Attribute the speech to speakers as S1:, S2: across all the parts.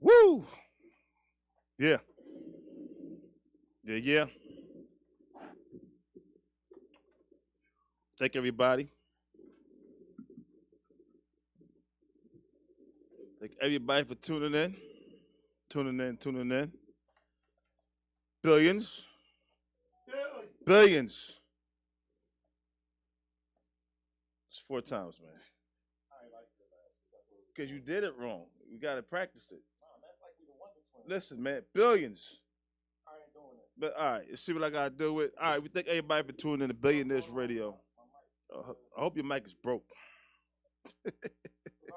S1: Woo! Yeah. Yeah, yeah. Thank everybody. Thank everybody for tuning in. Tuning in, tuning in. Billions. Billions. It's four times, man. Because you did it wrong. You got to practice it. Listen, man, billions. But all right, let's see what I got to do with. All right, we thank everybody for tuning in to Billionaires Radio. Uh, I hope your mic is broke.
S2: I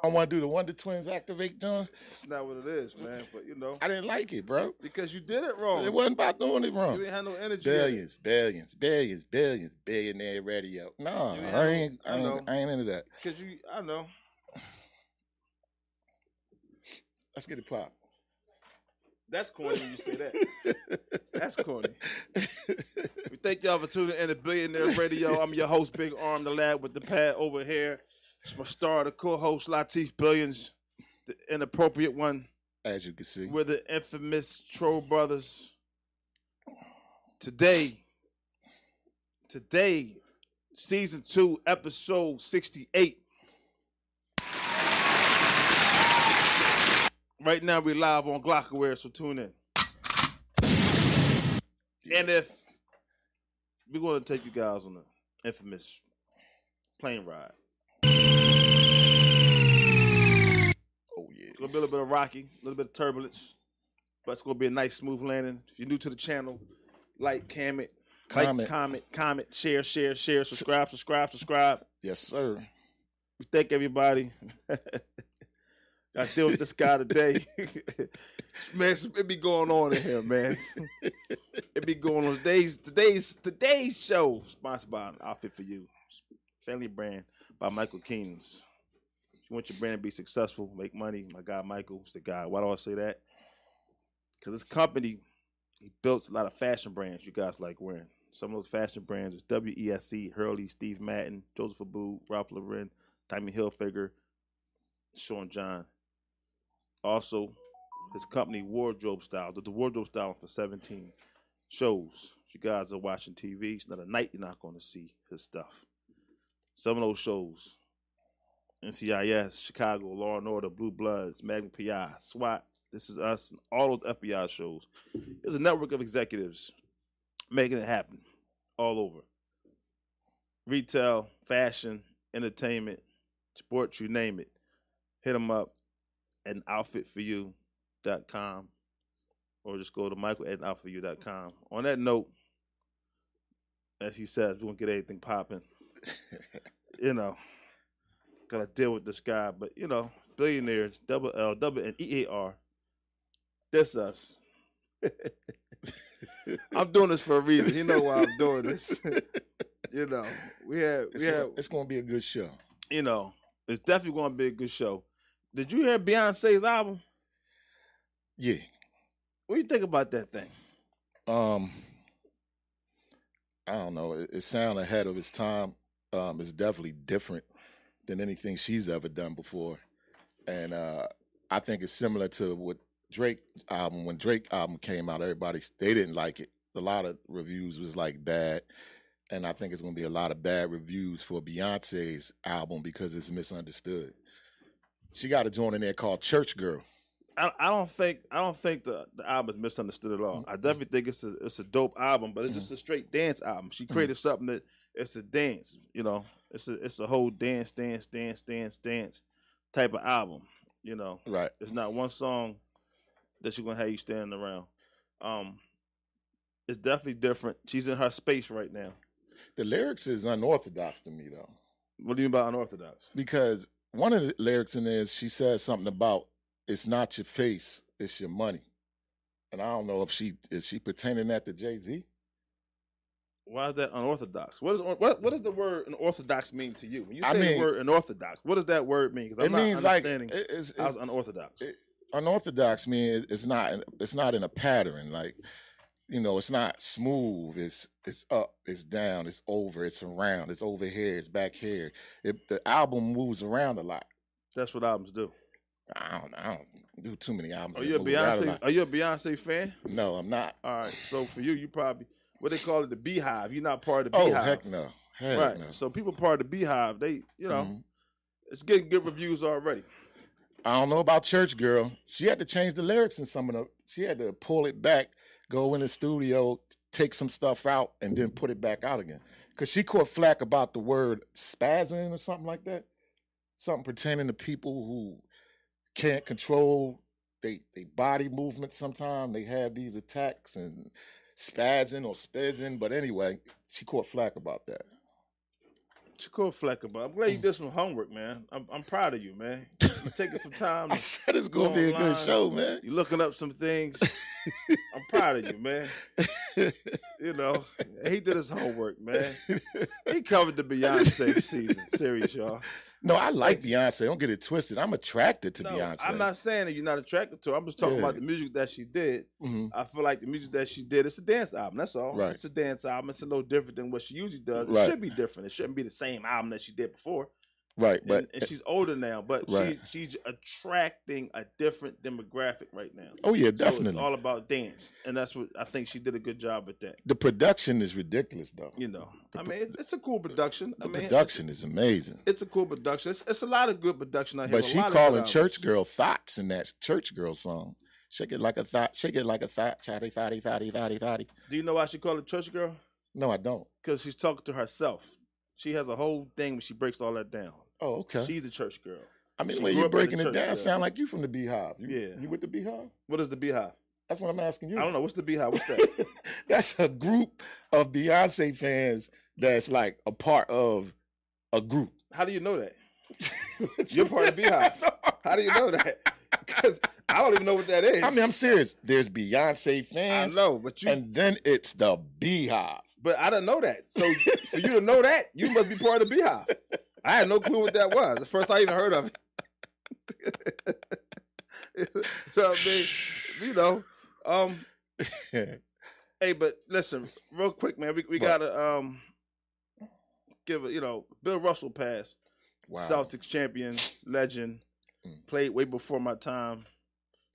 S2: don't want to do the Wonder Twins activate, John.
S1: It's not what it is, man. But you know,
S2: I didn't like it, bro.
S1: because you did it wrong.
S2: It wasn't about doing it
S1: Oh. You
S2: wrong.
S1: didn't have no energy.
S2: Billions, billions, billions, billions, billionaire radio. No,
S1: You
S2: I ain't,
S1: I
S2: I
S1: know.
S2: ain't, I ain't into that.
S1: Cause you, I know.
S2: Let's get it pop.
S1: That's corny when you say that. That's corny. we thank y'all for tuning in to Billionaire Radio. I'm your host, Big Arm, the lad with the pad over here. It's my star, the co-host, Latif Billions, the inappropriate one.
S2: As you can see,
S1: We're the infamous Troll Brothers. Today, today, season two, episode 68. Right now, we're live on Glockaware, so tune in. And if we're going to take you guys on an infamous plane ride,
S2: oh yeah,
S1: It's gonna be a little bit of rocky, a little bit of turbulence, but it's gonna be a nice smooth landing. If you're new to the channel, like, comment, like,
S2: Comment.
S1: comment, comment, share, share, share, subscribe, subscribe, subscribe.
S2: yes sir.
S1: We thank everybody. I deal with this guy today. man, it be going on in here, man. it be going on. Today's today's today's show sponsored by Outfit for You, family brand by Michael Keenan's. If you want your brand to be successful, make money, my guy Michael's the guy. Why do I say that? Because this company, he built a lot of fashion brands you guys like wearing. Some of those fashion brands is WESC, Hurley, Steve Madden, Joseph Abu, Ralph Lauren, Tommy Hilfiger, Sean John. Also, his company Wardrobe Style did the Wardrobe Style for 17 shows. If you guys are watching TV, it's not a night you're not going to see his stuff. Some of those shows, NCIS, Chicago, Law and Order, Blue Bloods, Magnum PI, SWAT, This Is Us, and all those FBI shows. There's a network of executives making it happen all over. Retail, fashion, entertainment, sports, you name it. Hit them up at outfitforyou.com or just go to michael at outfitforyou.com. On that note, as he says, we won't get anything popping. you know, gotta deal with this guy, but you know, billionaires, double L, double N, E A R. That's us. I'm doing this for a reason. You know why I'm doing this. you know, we had
S2: It's,
S1: we had
S2: gonna, it's gonna be a good show.
S1: you know, it's definitely going to be a good show. Did you hear Beyonce's album?
S2: Yeah.
S1: What do you think about that thing?
S2: Um, I don't know. It, it sound ahead of its time. Um, it's definitely different than anything she's ever done before, and uh, I think it's similar to what Drake album. When Drake album came out, everybody they didn't like it. A lot of reviews was like bad, and I think it's going to be a lot of bad reviews for Beyonce's album because it's misunderstood. She got a joint in there called Church Girl.
S1: I, I don't think I don't think the, the album is misunderstood at all. I definitely think it's a it's a dope album, but it's just a straight dance album. She created something that it's a dance, you know. It's a it's a whole dance, dance, dance, dance, dance type of album. You know,
S2: Right.
S1: it's not one song that you're gonna have you standing around. Um, it's definitely different. She's in her space right now.
S2: The lyrics is unorthodox to me though.
S1: What do you mean by unorthodox?
S2: because one of the lyrics in there is she says something about it's not your face, it's your money. And I don't know if she is she pertaining that to Jay Z.
S1: Why is that unorthodox? What is what what does the word unorthodox mean to you? When you say
S2: I
S1: the
S2: mean-
S1: word unorthodox, what does that word mean? Because
S2: It
S1: I'm
S2: means
S1: not
S2: like
S1: understanding
S2: it- it's,
S1: how's
S2: it's
S1: unorthodox.
S2: it- unorthodox. Mean it's not it's not in a pattern. Like you know, it's not smooth. It's it's up, it's down, it's over, it's around, it's over here, it's back here. It, the album moves around a lot.
S1: That's what albums do.
S2: I don't, I don't do too many albums.
S1: Are
S2: and
S1: you Oh, a
S2: move around a
S1: Beyonce?
S2: lot.
S1: Are you a Beyonce fan?
S2: No, I'm not.
S1: All right. So for you, you probably what they call it the beehive. You're not part of the
S2: Oh
S1: beehive.
S2: heck no, heck
S1: right.
S2: no.
S1: So people part of the beehive, they you know,
S2: Mhm.
S1: it's getting good reviews already.
S2: I don't know about Church Girl. She had to change the lyrics in some of the. She had to pull it back, go in the studio, take some stuff out, and then put it back out again. Cause she caught flack about the word spazzing or something like that, something pertaining to people who can't control they they body movement. Sometimes they have these attacks and spazzing or spizzing. But anyway, she caught flack about that.
S1: Shakur Flecker, but I'm glad you
S2: Mm.
S1: did some homework, man. I'm, I'm proud of you, man. You taking some time.
S2: I said it's gonna be a good
S1: Online.
S2: show, man.
S1: You looking up some things. I'm proud of you, man. You know, he did his homework, man. He covered the Beyonce season series, y'all.
S2: No, I like Beyonce. Don't get it twisted. I'm attracted to
S1: no,
S2: Beyonce.
S1: I'm not saying that you're not attracted to her. I'm just talking
S2: Yeah.
S1: about the music that she did.
S2: Mhm.
S1: I feel like the music that she did, it's a dance album. That's all.
S2: Right.
S1: It's a dance album. It's a little different than what she usually does. It
S2: Right.
S1: should be different. It shouldn't be the same album that she did before.
S2: Right,
S1: And-
S2: but
S1: and, she's older now, but
S2: Right.
S1: she, she's attracting a different demographic right now.
S2: oh yeah,
S1: So
S2: definitely.
S1: it's all about dance, and that's what I think she did a good job at that.
S2: the production is ridiculous, though.
S1: You know, I
S2: pro-
S1: mean, it's, it's a cool production. I
S2: the
S1: mean, it's-
S2: production is amazing.
S1: It's, a cool production. It's, it's a lot of good production out here.
S2: But
S1: a
S2: she
S1: lot of good
S2: calling
S1: albums.
S2: church girl thoughts in that church girl song. Shake it like a thought. Shake it like a thought. Thotty thotty thotty thotty thotty.
S1: Do you know why she called it church girl?
S2: No, I don't.
S1: Because she's talking to herself. She has a whole thing where she breaks all that down.
S2: Oh, okay.
S1: She's a church girl.
S2: I mean,
S1: she
S2: the way
S1: grew
S2: you're
S1: up in the
S2: breaking it
S1: church
S2: down,
S1: girl.
S2: sound like you from the Beehive. You,
S1: Yeah.
S2: You with the Beehive?
S1: What is the beehive?
S2: That's what I'm asking you.
S1: I don't know. What's the beehive? What's that?
S2: that's a group of Beyonce fans that's like a part of a group.
S1: How do you know that? You're part of Beehive. How do you know that? Because I don't even know what that is.
S2: I mean, I'm serious. There's Beyonce
S1: I
S2: fans,
S1: know, but you,
S2: and then it's the Beehive.
S1: but I didn't know that. So for you to know that, you must be part of the Beehive. I had no clue what that was. The first I even heard of it. so I mean, you know, um, hey, but listen, real quick, man, we, we
S2: What?
S1: gotta um give a you know Bill Russell pass.
S2: wow.
S1: Celtics champion, legend,
S2: Mm.
S1: played way before my time.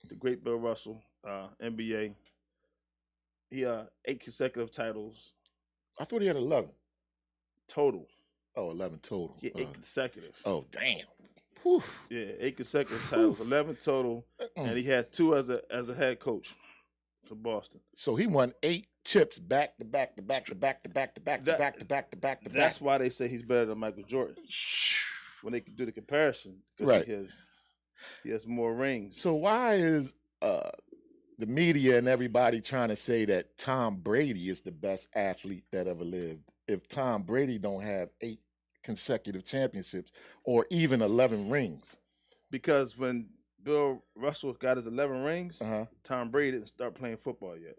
S1: The great Bill Russell, uh, NBA. He uh eight consecutive titles
S2: I thought he had 11.
S1: total.
S2: Oh, 11 total.
S1: He had eight
S2: Uh,
S1: consecutive.
S2: oh, damn. Whew.
S1: Yeah, eight consecutive titles, eleven total, and he had two as a as a head coach for Boston.
S2: So he won eight chips back to back to back to back to back to back to
S1: That-
S2: back to back to back to back.
S1: That's why they say he's better than Michael Jordan when they do the comparison because
S2: Right.
S1: he has he has more rings.
S2: So why is uh, the media and everybody trying to say that Tom Brady is the best athlete that ever lived? If Tom Brady don't have eight consecutive championships or even eleven rings,
S1: Because when Bill Russell got his eleven rings,
S2: uh-huh.
S1: Tom Brady didn't start playing football yet.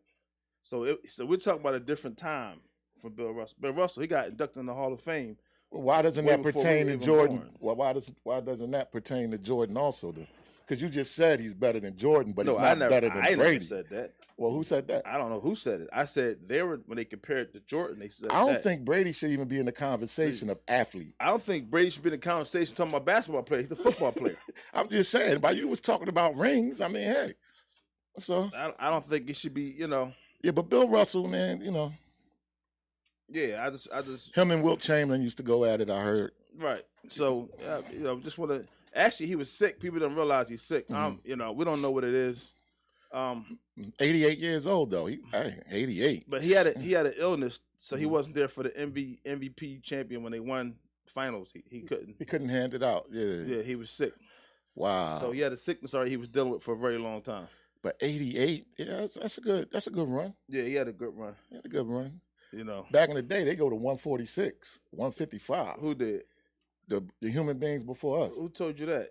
S1: So it, so we're talking about a different time for Bill Russell. Bill Russell, he got inducted in the Hall of Fame.
S2: Well, why doesn't
S1: way
S2: that
S1: before we
S2: pertain
S1: were
S2: to
S1: even
S2: Jordan?
S1: born.
S2: Well, why does why doesn't that pertain to Jordan also? Because you just said he's better than Jordan, but he's
S1: I
S2: not
S1: never,
S2: better than
S1: I never
S2: Brady.
S1: said that.
S2: well, who said that?
S1: I don't know who said it. I said they were when they compared to Jordan. They said
S2: I don't
S1: that.
S2: think Brady should even be in the conversation of athlete.
S1: I don't think Brady should be in the conversation talking about basketball player. He's a football player.
S2: I'm just saying. But you was talking about rings. I mean, hey, so
S1: I, I don't think it should be. You know,
S2: yeah. But Bill Russell, man, you know
S1: yeah. I just, I just
S2: him and Wilt Chamberlain used to go at it. I heard.
S1: Right. So uh, you know, just want to. Actually, he was sick. People don't realize he's sick.
S2: Mm.
S1: Um, you know, we don't know what it is. Um,
S2: 88 years old though. He hey, 88.
S1: but he had a, he had an illness, so he
S2: Mhm.
S1: wasn't there for the MV, MVP champion when they won finals. He, he couldn't.
S2: He couldn't hand it out. Yeah.
S1: Yeah, he was sick.
S2: Wow.
S1: So he had a sickness already. He was dealing with for a very long time.
S2: But 88. Yeah, that's, that's a good. That's a good run.
S1: Yeah, he had a good run.
S2: That's a good run.
S1: You know,
S2: back in the day they go to 146 155
S1: who did?
S2: the, the human beings before us
S1: Who told you that?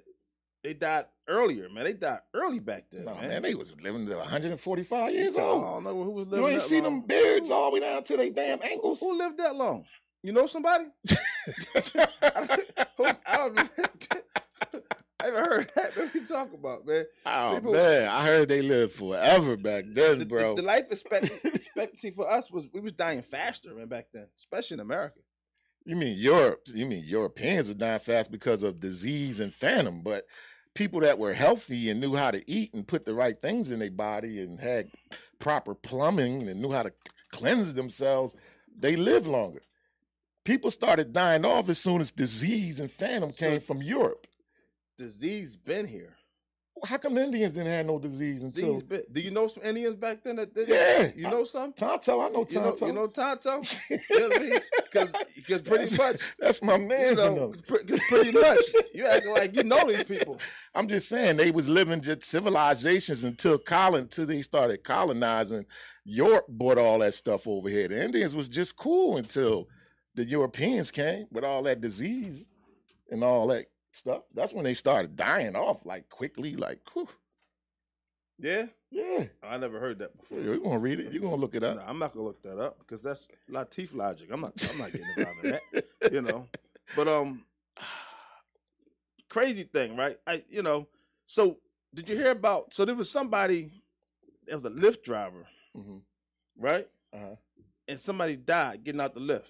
S1: They died earlier, man. They died early back then,
S2: no
S1: man.
S2: man. they was living to 145 years
S1: I
S2: old
S1: don't know who was living.
S2: you ain't
S1: that
S2: seen
S1: long.
S2: them beards all the way down to their damn ankles
S1: Who lived that long? You know somebody? Who- I don't. I haven't heard that. What you talk about, man?
S2: oh
S1: People-
S2: man i heard they lived forever back
S1: The,
S2: then
S1: the-
S2: bro
S1: the life expect- expectancy for us was we was dying faster, man, back then, especially in America.
S2: you mean europe you mean europeans were dying fast because of disease and phantom but people that were healthy and knew how to eat and put the right things in their body and had proper plumbing and knew how to cleanse themselves, they lived longer. People started dying off as soon as disease and phantom came
S1: So-
S2: from Europe.
S1: Disease been here.
S2: How come the Indians didn't have no disease until
S1: Disease been. Do you know some Indians back then that did
S2: Yeah.
S1: it? You know some?
S2: Tonto? I know
S1: You know,
S2: Tonto.
S1: you know Tonto? you know Because pretty
S2: That's-
S1: much,
S2: That's my
S1: you
S2: man's. in
S1: know,
S2: them.
S1: 'cause pre- 'cause pretty much, you acting like you know these people.
S2: I'm just saying they was living just civilizations until colon until they started colonizing. Europe brought all that stuff over here. The Indians was just cool until the Europeans came with all that disease and all that stuff. That's when they started dying off like quickly, like whew,
S1: Yeah, Oh,
S2: yeah.
S1: I never heard that before.
S2: You're gonna read it. You're gonna look it
S1: No,
S2: up.
S1: I'm not gonna look that up because that's Latif logic. I'm not. I'm not getting involved in that. You know, but um, crazy thing, right? I, you know, so did you hear about? So there was somebody, there was a Lyft driver,
S2: Mhm.
S1: right?
S2: Uh-huh.
S1: And somebody died getting out the lift.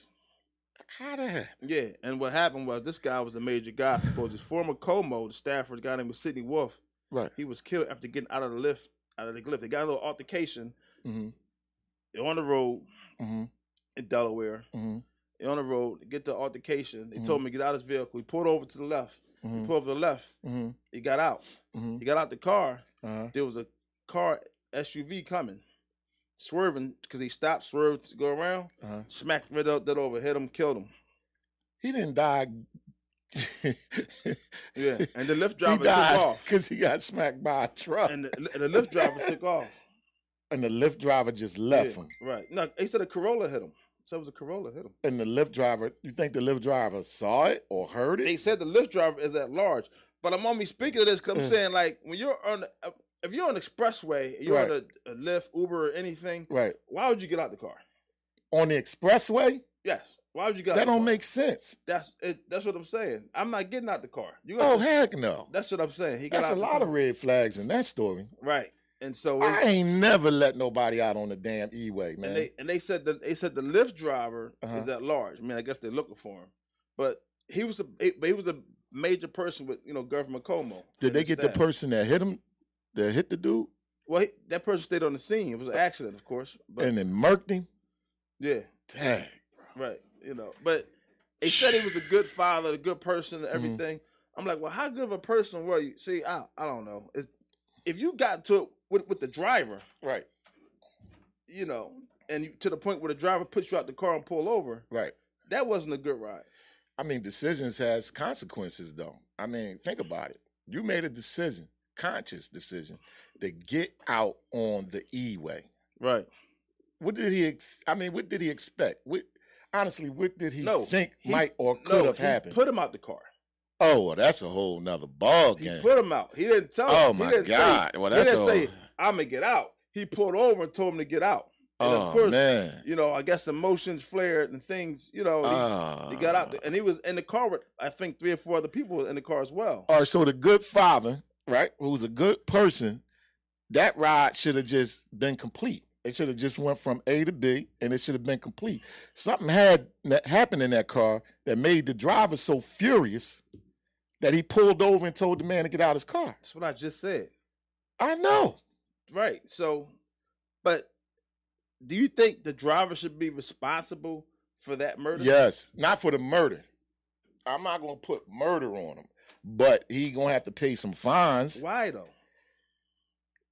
S2: How the heck?
S1: Yeah, and what happened was this guy was a major guy. Suppose his former Como, the Stafford guy named Sidney Wolf,
S2: Right.
S1: he was killed after getting out of the lift. Out of the lift, they got in a little altercation
S2: hmm
S1: on the road
S2: hmm
S1: in Delaware.
S2: hmm
S1: They're on the road, they get to altercation. They
S2: Mm-hmm.
S1: told me get out of his vehicle. He pulled over to the left. He
S2: hmm
S1: pulled over to the left.
S2: hmm
S1: He got out.
S2: hmm
S1: He got out the car.
S2: Uh-huh.
S1: There was a car SUV coming, swerving because he stopped, swerved to go around,
S2: Uh-huh.
S1: smacked right up that over, hit him, killed him.
S2: He didn't die.
S1: Yeah, and the lift
S2: he
S1: driver took
S2: died
S1: off.
S2: because he got smacked by a truck.
S1: And the, and the lift driver took off.
S2: and the Lyft driver just left
S1: Yeah,
S2: him.
S1: Right. No, he said a Corolla hit him. So it was a Corolla hit him.
S2: And the Lyft driver, you think the Lyft driver saw it or heard it?
S1: They said the lift driver is at large, but I'm only speaking of this because I'm
S2: Yeah.
S1: saying like when you're on, a- if you're on the expressway, you're on a, a Lyft, Uber, or anything.
S2: right
S1: Why would you get out the car?
S2: on the expressway.
S1: Yes. Why would you get? out
S2: That
S1: the
S2: don't
S1: car?
S2: make sense.
S1: That's it, that's what I'm saying. I'm not getting out the car. You got
S2: Oh heck no!
S1: that's what I'm saying. He got
S2: That's
S1: out
S2: a
S1: the
S2: lot of
S1: car.
S2: red flags in that story.
S1: right. And so
S2: I
S1: it,
S2: ain't never let nobody out on the damn e-way, man.
S1: and they and they said that they said the Lyft driver is
S2: Uh-huh.
S1: at large. I mean, I guess they're looking for him, but he was a he, but he was a major person with you know Governor Como.
S2: Did they get the
S1: person?
S2: person that hit him, that hit the dude,
S1: Well, he, that person stayed on the scene. It was an accident, of course. But
S2: Uh, and then murked him?
S1: yeah,
S2: Dang.
S1: right. You know, but they said he was a good father, a good person,
S2: Mm-hmm.
S1: and everything. I'm like, well, how good of a person were you? See, I I don't know. It's, if you got to it with, with the driver,
S2: Right,
S1: you know, and you, to the point where the driver puts you out the car and pull over,
S2: right.
S1: that wasn't a good ride.
S2: I mean, decisions has consequences, though. I mean, think about it. You made a decision, conscious decision, to get out on the e-way.
S1: Right.
S2: What did he? Ex- I mean, what did he expect? What honestly? What did he
S1: No,
S2: think
S1: he-
S2: might or could
S1: No,
S2: have
S1: he
S2: happened?
S1: put him out the car.
S2: oh, well, that's a whole nother ball
S1: He
S2: game.
S1: put him out. He didn't tell.
S2: oh
S1: him. He
S2: my
S1: didn't say,
S2: God! well,
S1: he
S2: that's a
S1: didn't say,
S2: whole-
S1: "I'm gonna get out." He pulled over and told him to get out. and of
S2: oh
S1: course,
S2: man.
S1: you know, I guess emotions flared and things, you know, he,
S2: Ah.
S1: he got out there, and he was in the car with I think three or four other people was in the car as well.
S2: All right, so the good father, right, who's a good person, that ride should have just been complete. It should have just went from A to B, and it should have been complete. Something had that happened in that car that made the driver so furious that he pulled over and told the man to get out of his car.
S1: That's what I just said.
S2: I know.
S1: Right. So but do you think the driver should be responsible for that murder?
S2: Yes, not for the murder. I'm not gonna put murder on him, but he gonna have to pay some fines
S1: Why though?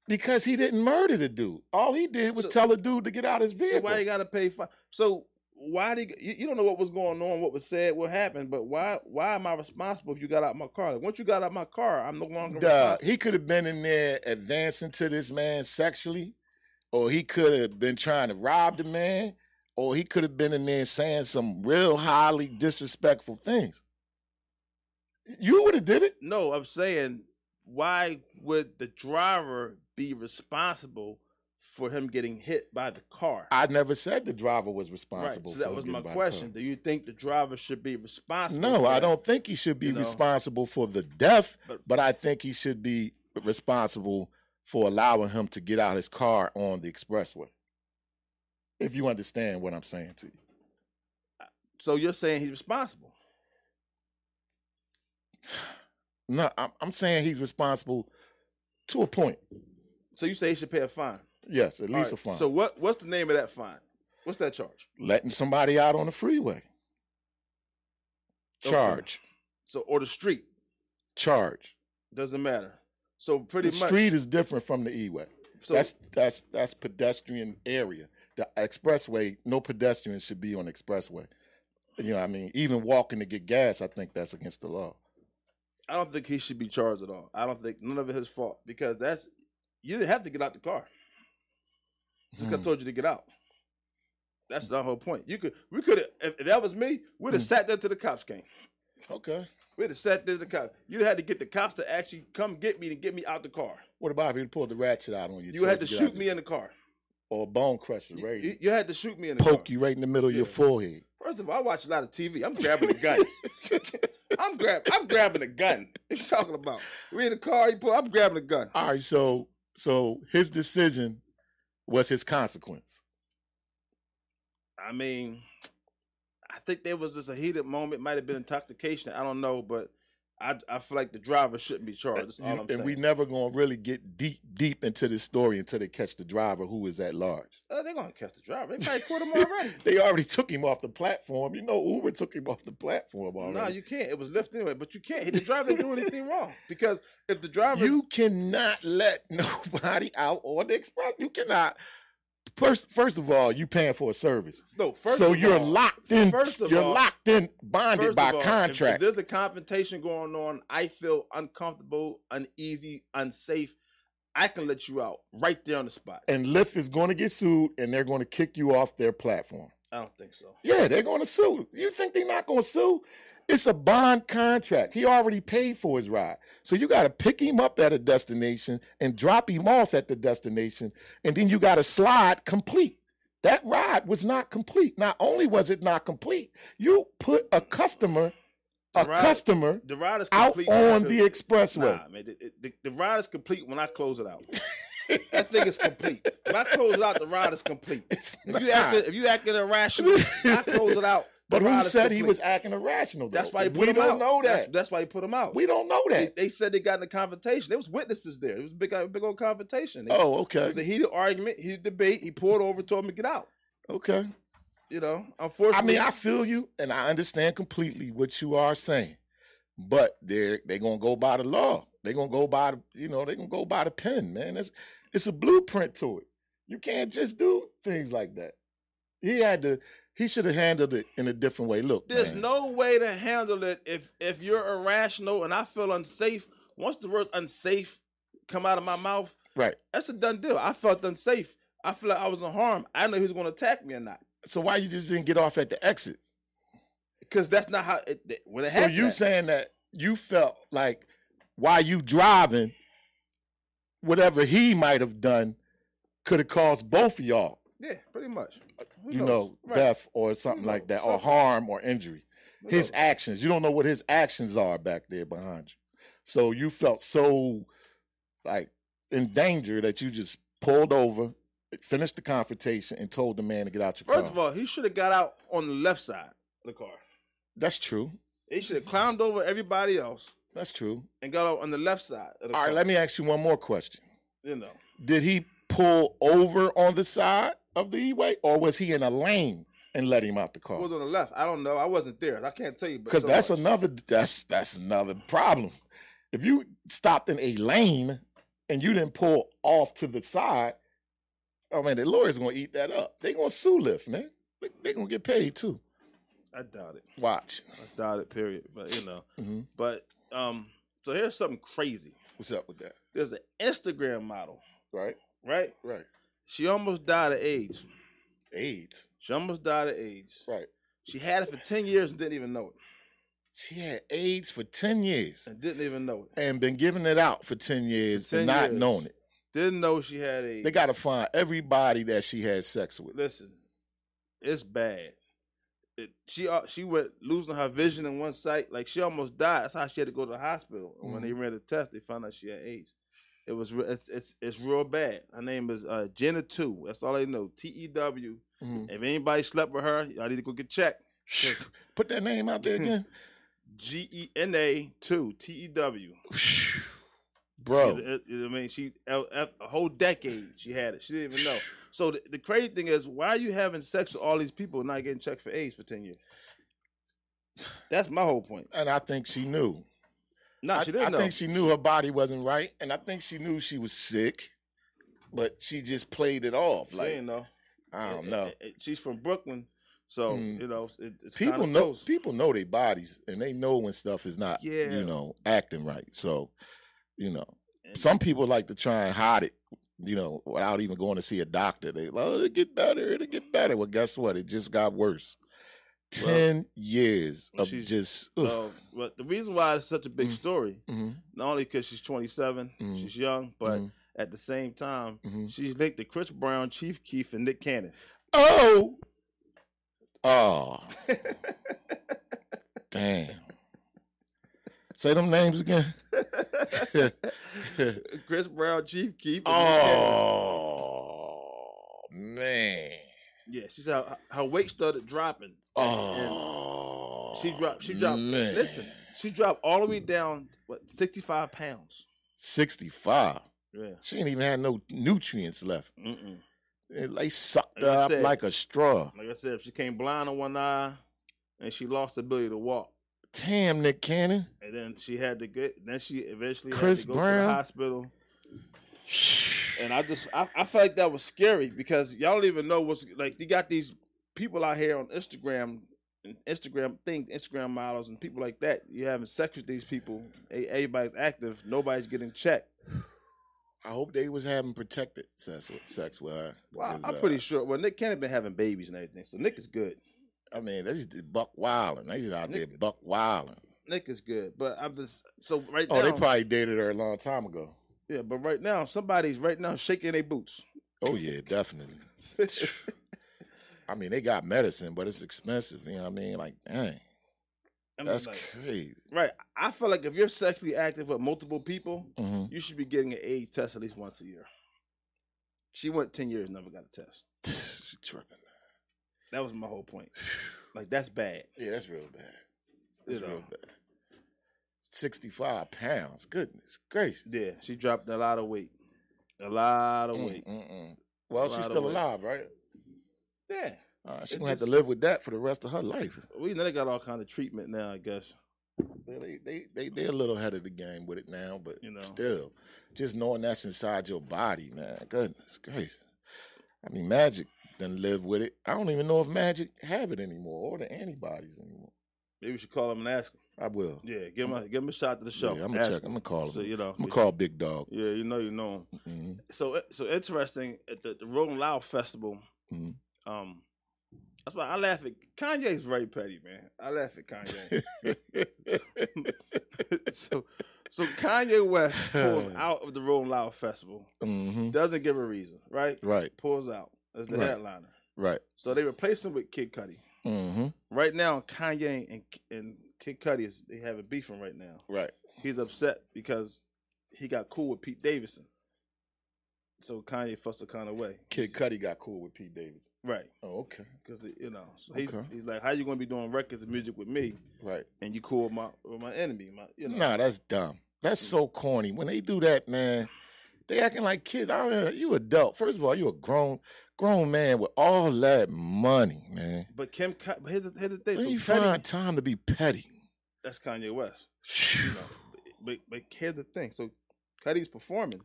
S2: because he didn't murder the dude. All he did was
S1: So-
S2: tell the dude to get out of his vehicle.
S1: So why you gotta pay fine? So why did you, you don't know what was going on, what was said, what happened, but why why am I responsible if you got out my car? Like, once you got out my car, I'm no longer
S2: Duh,
S1: responsible.
S2: he could have been in there advancing to this man sexually, or he could have been trying to rob the man, or he could have been in there saying some real highly disrespectful things. You would have did it.
S1: No, I'm saying why would the driver be responsible for him getting hit by the car?
S2: I never said the driver was
S1: right.
S2: responsible.
S1: So
S2: for
S1: that
S2: him
S1: was
S2: getting
S1: my
S2: by the
S1: question.
S2: car.
S1: Do you think the driver should be responsible?
S2: No,
S1: for
S2: I
S1: that?
S2: don't think he should be
S1: You know.
S2: responsible for the death,
S1: But-
S2: but I think he should be responsible for allowing him to get out his car on the expressway. If you understand what I'm saying to you.
S1: So you're saying he's responsible?
S2: No, I'm, I'm saying he's responsible to a point.
S1: So you say he should pay a fine.
S2: Yes, at
S1: All
S2: least
S1: right,
S2: a fine.
S1: So what? What's the name of that fine? What's that charge?
S2: letting somebody out on the freeway.
S1: Okay.
S2: Charge,
S1: So or the street
S2: charge.
S1: doesn't matter. So pretty
S2: the
S1: much.
S2: street is different from the e-way.
S1: so
S2: that's that's that's pedestrian area. The expressway, no pedestrians should be on the expressway. You know, what I mean, even walking to get gas, I think that's against the law.
S1: I don't think he should be charged at all. I don't think none of it his fault because that's you didn't have to get out the car. Just 'cause I
S2: Hmm.
S1: told you to get out. That's the whole point. You could we could if, if that was me, we'd have
S2: Mm.
S1: sat there till the cops came.
S2: Okay.
S1: We'd have sat there till the cops. You'd have had to get the cops to actually come get me to get me out the car.
S2: What about if you pulled the ratchet out on you?
S1: You,
S2: told
S1: had to
S2: get out
S1: shoot me in the car.
S2: or a bone crusher,
S1: You,
S2: right?
S1: you- you had to shoot me in the
S2: Poke
S1: car.
S2: you right in the middle of your
S1: Yeah.
S2: forehead.
S1: First of all, I watch a lot of TV. I'm grabbing a gun. I'm grab I'm grabbing a gun. What you talking about? We in the car, you pull, I'm grabbing a gun.
S2: All right, so so his decision was his consequence.
S1: I mean, I think there was just a heated moment. Might have been intoxication. I don't know, but I I feel like the driver shouldn't be charged. That's all
S2: Uh, You-
S1: I'm
S2: and
S1: saying.
S2: we never gonna really get deep deep into this story until they catch the driver who is at large.
S1: Uh, they're gonna catch the driver. They probably caught him already.
S2: They already took him off the platform. You know, Uber took him off the platform already.
S1: No, you can't. It was left anyway, but you can't. The driver didn't do anything wrong because if the driver,
S2: You cannot let nobody out on the express. You cannot. First, first of all, you paying for a service,
S1: no, first
S2: so
S1: of
S2: you're
S1: all,
S2: locked in.
S1: first of
S2: you're
S1: all-
S2: locked in, bonded
S1: first
S2: by
S1: of all, if-
S2: contract.
S1: If, there's a confrontation going on, I feel uncomfortable, uneasy, unsafe. I can let you out right there on the spot.
S2: and Lyft is going to get sued, and they're going to kick you off their platform.
S1: I don't think so.
S2: Yeah, they're going to sue. You think they're not going to sue? It's a bond contract. He already paid for his ride. So you got to pick him up at a destination and drop him off at the destination. And then you got to slide complete. That ride was not complete. Not only was it not complete, you put a customer, a
S1: The ride-
S2: customer
S1: The ride is
S2: out
S1: complete when I
S2: on
S1: could-
S2: the expressway.
S1: Nah, man, the, the, the ride is complete when I close it out. that thing is complete. When I close it out, the ride is complete.
S2: It's
S1: If you
S2: not.
S1: acting, if you acting irrational, I close it out. the
S2: but who
S1: ride is
S2: said he
S1: complete.
S2: was acting irrational? Though?
S1: That's why he put
S2: we
S1: him
S2: don't
S1: out.
S2: know
S1: That's,
S2: that.
S1: that's why he put him out.
S2: we don't know
S1: they,
S2: that.
S1: they said they got in a confrontation. There was witnesses there. It was a big, a big old confrontation. They-
S2: oh,
S1: It was a
S2: okay,
S1: heated argument, heated debate. He pulled over, told him to get out.
S2: okay.
S1: You know,
S2: I
S1: unfortunately,
S2: mean, I feel you, and I understand completely what you are saying, but they're they gonna go by the law. They're gonna go by the you know they're gonna go by the pen, man. That's it's a blueprint to it. You can't just do things like that. He had to. He should have handled it in a different way. Look,
S1: there's
S2: man,
S1: no way to handle it if if you're irrational. And I feel unsafe. Once the word unsafe come out of my mouth,
S2: right.
S1: that's a done deal. I felt unsafe. I feel like I was in harm. I didn't know he was going to attack me or not
S2: So why you just didn't get off at the exit?
S1: because that's not how it that- when it
S2: So
S1: happened.
S2: you saying that you felt like while you driving, whatever he might have done could have caused both of y'all
S1: yeah, pretty much. Who
S2: you
S1: knows?
S2: know,
S1: Right.
S2: death or something like that,
S1: knows?
S2: or
S1: Something.
S2: harm or injury.
S1: Who
S2: His
S1: knows?
S2: actions, you don't know what his actions are back there behind you. So you felt so like in danger that you just pulled over, finished the confrontation, and told the man to get out your
S1: First
S2: car.
S1: of all, he should have got out on the left side of the car.
S2: that's true.
S1: He should have climbed over everybody else
S2: That's true.
S1: and got out on the left side of the
S2: All
S1: car.
S2: right, let me ask you one more question.
S1: you know.
S2: Did he pull over on the side of the e-way, or was he in a lane and let him out the
S1: It
S2: car?
S1: was on the left. I don't know. I wasn't there. I can't tell you. but
S2: Oh. because
S1: so
S2: that's
S1: much.
S2: another that's that's another problem. If you stopped in a lane and you didn't pull off to the side, oh man, the lawyer's gonna eat that up. They gonna sue Lyft, man. They, they gonna get paid too.
S1: I doubt it.
S2: Watch.
S1: I doubt it. Period. But you know.
S2: Mhm.
S1: But um. So here's something crazy.
S2: What's up with that?
S1: There's an Instagram model,
S2: Right,
S1: right?
S2: right.
S1: She almost died of AIDS.
S2: AIDS.
S1: She almost died of AIDS.
S2: Right.
S1: She had it for 10 years and didn't even know it.
S2: She had AIDS for ten years
S1: And didn't even know it.
S2: and been giving it out for ten years and
S1: 10
S2: not
S1: years.
S2: knowing it.
S1: Didn't know she had AIDS.
S2: They gotta find everybody that she had sex with.
S1: Listen, it's bad. It, she uh, she went losing her vision in one sight. Like she almost died. That's how she had to go to the hospital. And when they ran the test, they found out she had AIDS. It was re- it's it's, it's real bad. Her name is uh, Jenna Two. That's all I know. T E W.
S2: Mhm.
S1: If anybody slept with her, y'all need to go get checked.
S2: Put that name out there again.
S1: G E N A two T E W.
S2: Bro,
S1: She's a- I mean, she a, a whole decade she had it. She didn't even know. So the, the crazy thing is, why are you having sex with all these people and not getting checked for AIDS for ten years? That's my whole point.
S2: and I think she knew.
S1: No,
S2: I,
S1: she didn't
S2: I
S1: know.
S2: think she knew her body wasn't right, and I think she knew she was sick, but she just played it off.
S1: She
S2: Like
S1: didn't know.
S2: I don't
S1: It-
S2: know.
S1: it- it- she's from Brooklyn, so
S2: Mm.
S1: you know it, it's
S2: people
S1: kinda
S2: know
S1: close.
S2: people know their bodies, and they know when stuff is not,
S1: Yeah.
S2: you know, acting right. So, you know,
S1: And-
S2: some people like to try and hide it, you know, without even going to see a doctor. They like, oh, it'll get better, it'll get better. Well, guess what? It just got worse.
S1: Well,
S2: Ten years of
S1: she's-
S2: just.
S1: uh, but the reason why it's such a big
S2: Mm.
S1: story,
S2: hmm
S1: not only because she's 27,
S2: Mm.
S1: she's young, but at the same time,
S2: mm-hmm.
S1: she's linked to Chris Brown, Chief Keef, and Nick Cannon.
S2: Oh. Oh. Damn. Say them names again.
S1: Chris Brown, Chief Keef. and Nick Cannon.
S2: oh man.
S1: yeah, she's how her weight started dropping.
S2: Oh.
S1: She dropped- she dropped-
S2: Man.
S1: Listen, she dropped all the way down what 65 pounds.
S2: Sixty-five.
S1: Yeah.
S2: She ain't even had no nutrients left.
S1: Mm-mm.
S2: It like sucked
S1: Like I
S2: her up
S1: said.
S2: like a straw.
S1: Like I said, she came blind on one eye, and she lost the ability to walk.
S2: Damn, Nick Cannon.
S1: And then she had to get. Then she eventually had
S2: Chris
S1: to go to
S2: Brown?
S1: the hospital. And I just, I, I felt like that was scary because y'all don't even know what's like. You got these people out here on Instagram, and Instagram things, Instagram models, and people like that. You having sex with these people. e- Everybody's active. Nobody's getting checked.
S2: I hope they was having protected sex with sex with her.
S1: Well,
S2: because,
S1: I'm
S2: uh,
S1: pretty sure. Well, Nick Cannon been having babies and everything, so Nick is good.
S2: I mean, they just did buck wilding. They just out there
S1: Nigga.
S2: buck wilding.
S1: Nick is good, but I'm just so right
S2: Oh,
S1: now.
S2: they probably dated her a long time ago.
S1: yeah, but right now somebody's right now shaking their boots.
S2: Oh yeah, definitely. I mean, they got medicine, but it's expensive. You know what I mean? Like, dang,
S1: I'm
S2: that's
S1: just like-
S2: crazy.
S1: right. I feel like if you're sexually active with multiple people,
S2: Mhm.
S1: you should be getting an AIDS test at least once a year. She went ten years, never got a test.
S2: She tripping.
S1: That was my whole point. Like that's bad.
S2: Yeah, that's real bad. um,
S1: You
S2: That's
S1: know.
S2: real bad. Sixty-five pounds. Goodness gracious.
S1: Yeah, she dropped a lot of weight, a lot of weight.
S2: Mm-mm-mm. Well,
S1: Right
S2: she's still
S1: away.
S2: alive, right?
S1: Yeah,
S2: Uh, she's
S1: It
S2: gonna have to
S1: just-
S2: live with that for the rest of her life.
S1: we know they got all kind of treatment now. I guess.
S2: Well, they they they they're a little ahead of the game with it now, but
S1: You know.
S2: still, just knowing that's inside your body, man. Goodness gracious. I mean, Magic done live with it. I don't even know if Magic have it anymore or the antibodies anymore.
S1: Maybe we should call him and ask him.
S2: I will.
S1: Yeah, give him a, give him a shot to the show.
S2: I'm gonna
S1: Ask
S2: check. I'm
S1: him.
S2: gonna call him.
S1: So you know,
S2: I'm gonna call Big Dog.
S1: yeah, you know, you know him.
S2: Mhm.
S1: so so interesting at the, the Rolling Loud Festival.
S2: Mhm.
S1: Um, that's why I laugh at Kanye's very petty, man. I laugh at Kanye. so so Kanye West pulls out of the Rolling Loud Festival,
S2: Mhm.
S1: doesn't give a reason, right?
S2: Right.
S1: Pulls out as the
S2: Right.
S1: headliner.
S2: Right.
S1: So they replace him with Kid Cudi.
S2: hmm
S1: Right now, Kanye and and Kid Cudi is they having beefing right now.
S2: Right.
S1: He's upset because he got cool with Pete Davidson. So Kanye fussed the kind of way.
S2: Kid Cudi got cool with Pete Davis.
S1: Right.
S2: Oh, okay.
S1: Because you know, so he's,
S2: Okay.
S1: he's like, "How you gonna be doing records and music with me,
S2: Right.
S1: and you cool with my with my enemy?" My, you know,
S2: Nah, that's dumb. That's so corny. When they do that, man, they acting like kids. I don't know. You adult. First of all, you a grown grown man with all that money, man.
S1: But Kim, Ka- but here's the, here's the thing.
S2: When you
S1: So Petty,
S2: find time to be petty?
S1: that's Kanye West. You know, but but here's the thing. So Cuddy's performing,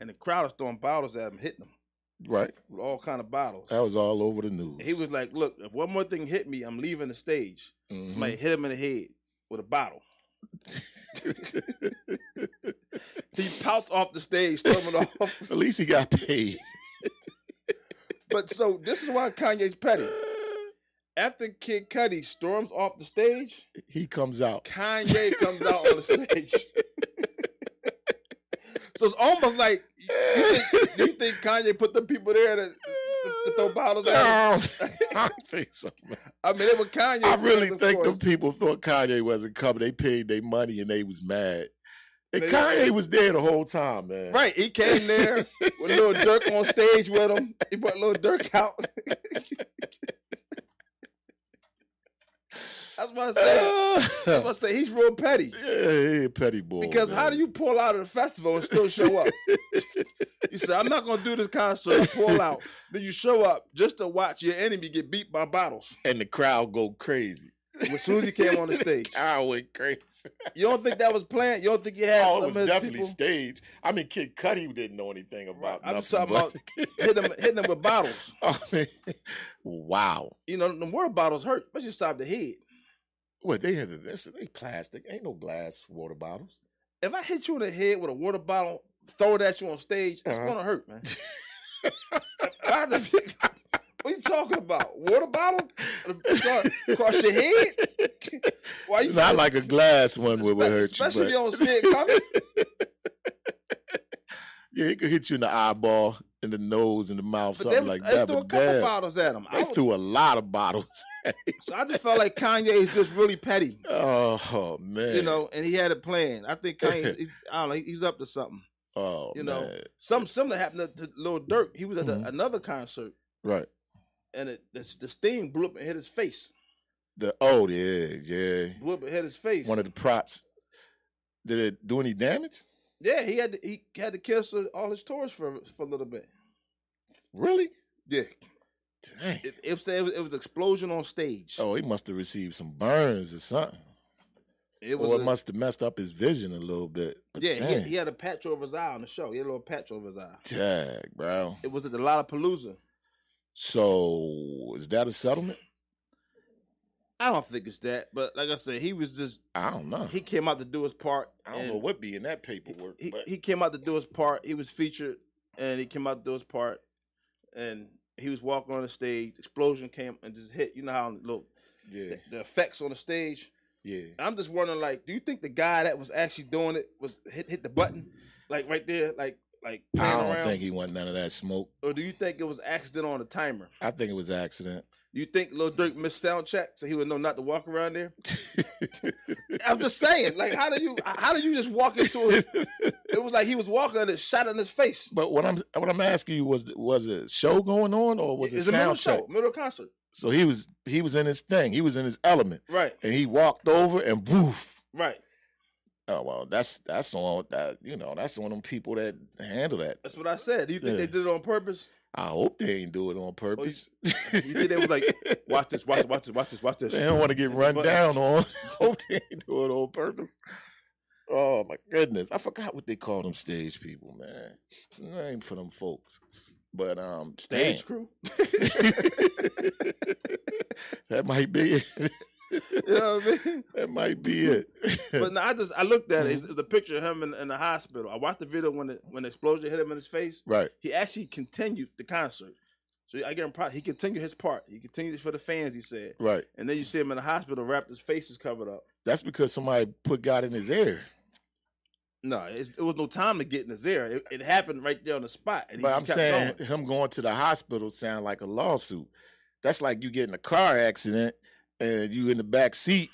S1: and the crowd is throwing bottles at him, hitting him
S2: Right.
S1: with all kind of bottles.
S2: That was all over the news.
S1: And he was like, "Look, if one more thing hit me, I'm leaving the stage."
S2: Mhm.
S1: Somebody hit him in the head with a bottle. He pounced off the stage, storming off.
S2: At least he got paid.
S1: But so this is why Kanye's petty. After Kid Cudi storms off the stage.
S2: he comes out.
S1: Kanye comes out on the stage. so it's almost like you think, you think Kanye put the people there to, to throw bottles at. Him?
S2: No, I don't think so. man.
S1: I mean, it was Kanye.
S2: I really
S1: fans, of
S2: think the
S1: course.
S2: people thought Kanye wasn't coming. They paid their money and they was mad. And
S1: They-
S2: Kanye was there the whole time, man.
S1: Right, he came there with Lil Durk on stage with him. He put Lil Durk out. That's what I
S2: Uh,
S1: say. That's
S2: yeah,
S1: what I say. He's real petty.
S2: hey, petty boy.
S1: Because how do you pull out of the festival and still show up? you say, I'm not gonna do this concert, I pull out. Then you show up just to watch your enemy get beat by bottles.
S2: And the crowd go crazy.
S1: As soon as he came on the stage.
S2: I went crazy.
S1: You don't think that was planned? You don't think he had
S2: oh,
S1: some
S2: it was
S1: of his
S2: definitely
S1: people
S2: staged. I mean, Kid Cudi didn't know anything about
S1: I'm just
S2: nothing.
S1: talking
S2: but-
S1: hitting him hitting him with bottles?
S2: I mean, wow.
S1: You know, the water bottles hurt, but you stop the head.
S2: What they had? This they plastic. Ain't no glass water bottles.
S1: If I hit you in the head with a water bottle, throw it at you on stage, it's
S2: Uh-huh.
S1: gonna hurt, man. I have to pick- what you talking about? Water bottle? Across your head? Why you
S2: Not like a glass one would, would
S1: Espe-
S2: hurt you.
S1: Especially
S2: but-
S1: on Sid coming.
S2: yeah, it could hit you in the eyeball, in the nose, in the mouth,
S1: But
S2: something
S1: they,
S2: like
S1: they
S2: that.
S1: threw a
S2: But
S1: couple
S2: damn,
S1: bottles at him. I,
S2: they
S1: was-
S2: threw a lot of bottles.
S1: so I just felt like Kanye is just really petty,
S2: Oh, oh, man.
S1: you know, and he had a plan. I think Kanye, he's, I don't know, he's up to something.
S2: Oh,
S1: you know.
S2: man.
S1: Something similar happened to, to Lil Durk. He was at the-
S2: Mhm.
S1: another concert,
S2: Right.
S1: and it, the, the steam blew up and hit his face.
S2: The oh yeah yeah.
S1: Blew up and hit his face.
S2: One of the props. Did it do any damage?
S1: yeah, he had to, he had to cancel all his tours for for a little bit.
S2: Really?
S1: Yeah,
S2: Dang.
S1: it, it, was, it was it was explosion on stage.
S2: Oh, he must have received some burns or something.
S1: it
S2: or it
S1: a-
S2: must have messed up his vision a little bit. But
S1: yeah.
S2: dang,
S1: He, he had a patch over his eye on the show. He had a little patch over his eye.
S2: dang, bro.
S1: It was at the Lollapalooza.
S2: So is that a settlement?
S1: I don't think it's that, but like I said, he was just
S2: I don't know.
S1: he came out to do his part.
S2: I don't know
S1: and
S2: what be in that paperwork.
S1: he,
S2: but
S1: he came out to do his part. He was featured and he came out to do his part and he was walking on the stage. Explosion came and just hit. You know how look
S2: yeah,
S1: the, the effects on the stage.
S2: yeah.
S1: I'm just wondering, like, do you think the guy that was actually doing it was hit hit the button, like right there, like like
S2: I
S1: playing
S2: don't
S1: around,
S2: think he want none of that smoke.
S1: or do you think it was accident on the timer?
S2: I think it was an accident.
S1: You think Lil Durk missed sound check so he would know not to walk around there? I'm just saying, like, how do you how do you just walk into it? It was like he was walking and it shot in his face.
S2: but what I'm what I'm asking you was was it a show going on or was it
S1: it's a middle
S2: sound check?
S1: show, middle concert,
S2: So he was he was in his thing. He was in his element,
S1: right?
S2: and he walked over and woof.
S1: Right.
S2: Oh well, that's that's on that you know that's on them people that handle that.
S1: That's what I said. Do you think
S2: Yeah.
S1: they did it on purpose?
S2: I hope they ain't do it on purpose.
S1: Oh, You think they was like, watch this, watch, watch this, watch this, watch this.
S2: They don't want to get run
S1: But-
S2: down on. Hope they ain't do it on purpose. Oh my goodness, I forgot what they call them stage people, man. It's a name for them folks, but um,
S1: Stage crew.
S2: dang. that might be it.
S1: You know what I mean?
S2: That might be it.
S1: But no, I just I looked at
S2: Mm-hmm.
S1: it. It was a picture of him in, in the hospital. I watched the video when the when the explosion hit him in his face.
S2: right.
S1: He actually continued the concert. So I give him props. He continued his part. He continued for the fans. He said,
S2: Right.
S1: and then you see him in the hospital wrapped. His face is covered up.
S2: That's because somebody put God in his ear.
S1: No, it's, it was no time to get in his ear. It, it happened right there on the spot. And he
S2: But
S1: just
S2: I'm
S1: kept
S2: saying
S1: going.
S2: him going to the hospital sound like a lawsuit. That's like you get in a car accident and you in the back seat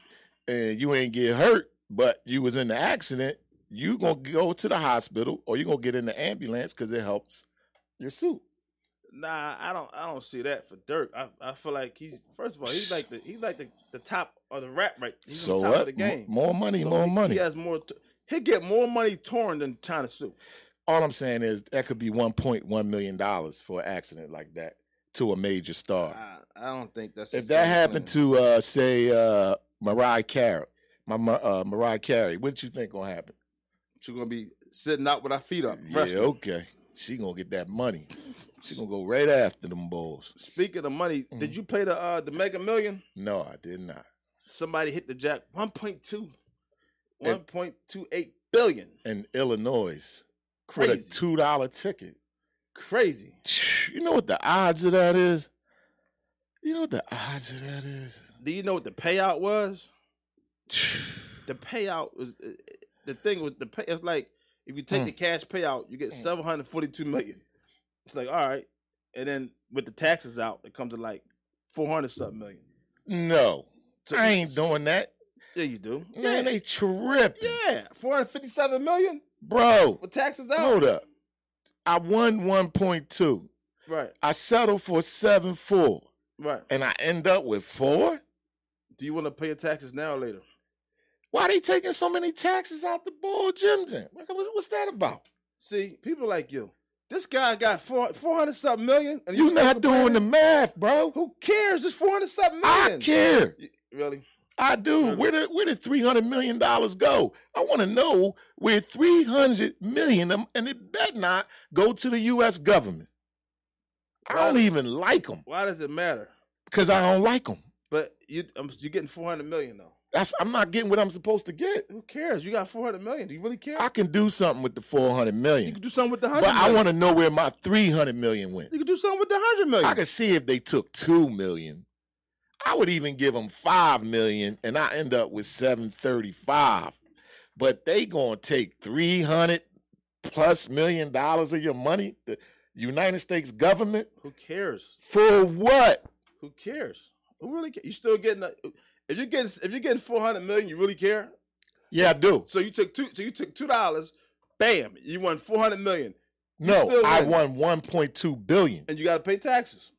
S2: and you ain't get hurt, but you was in the accident. You gonna go to the hospital or you gonna get in the ambulance because it helps your suit.
S1: nah, I don't, I don't see that for Dirk. I, I feel like he's first of all, he's like the, he's like the, the top of the rap right. He's
S2: so
S1: on top
S2: what?
S1: of the game.
S2: M- More money,
S1: So
S2: more
S1: he,
S2: money.
S1: He has more. T- he get more money torn than China Sue.
S2: All I'm saying is that could be 1.1 million dollars for an accident like that to a major star.
S1: I, I don't think that's
S2: if that happened to uh say uh Mariah Carey, my Mar- uh, Mariah Carey, what you think gonna happen?
S1: she's gonna be sitting out with our feet up. resting.
S2: Yeah, okay. She gonna get that money. She gonna go right after them balls.
S1: Speaking of money,
S2: Mm.
S1: did you play the uh, the Mega Million?
S2: No, I did not.
S1: Somebody hit the jack 1.2,
S2: And-
S1: 1.28 billion.
S2: In Illinois, with a
S1: Crazy,
S2: two dollar ticket.
S1: crazy.
S2: You know what the odds of that is? You know what the odds of that is?
S1: Do you know what the payout was? The payout was uh, the thing was the pay. It's like if you take
S2: Mm.
S1: the cash payout, you get
S2: Mm.
S1: 742 million. It's like all right, and then with the taxes out, it comes to like 400 something million.
S2: No,
S1: So
S2: I
S1: you-
S2: ain't doing that.
S1: Yeah, you do. yeah.
S2: Man, they tripping,
S1: Yeah, four hundred fifty-seven million
S2: bro.
S1: with taxes out.
S2: Hold up. I won one point two.
S1: Right,
S2: I settle for seven four,
S1: right.
S2: and I end up with four.
S1: Do you want to pay your taxes now or later?
S2: Why they taking so many taxes out the ball, Jim Jim? What- what- What's that about?
S1: See, people like you. This guy got four four hundred something million, and
S2: You
S1: still
S2: not doing the
S1: complaining?
S2: math, bro.
S1: Who cares? Just four hundred something
S2: I
S1: million.
S2: care.
S1: Really?
S2: I do.
S1: Really?
S2: Where did where did three hundred million dollars go? I want to know where three hundred million, um, and it bet not go to the U.S. government. I don't
S1: Right.
S2: even like them
S1: Why does it matter?
S2: because I don't like them.
S1: But you, um, you're getting four hundred million though.
S2: That's I'm not getting what I'm supposed to get.
S1: Who cares? You got four hundred million. Do you really care?
S2: I can do something with the four hundred
S1: you
S2: million,
S1: can do something with the hundred.
S2: but I want to know where my three hundred million went.
S1: You can do something with the hundred million.
S2: I could see if they took two million. I would even give them five million, and I end up with seven thirty-five. But they gonna take three hundred plus million dollars of your money, the United States government,
S1: Who cares?
S2: for what?
S1: Who cares? Who really cares? You still getting a, if you getting if you're getting four hundred million, you really care.
S2: Yeah, I do.
S1: So you took two. So you took two dollars. Bam! You won four hundred million,
S2: No,
S1: still
S2: I
S1: win.
S2: won one point two billion.
S1: and you got to pay taxes.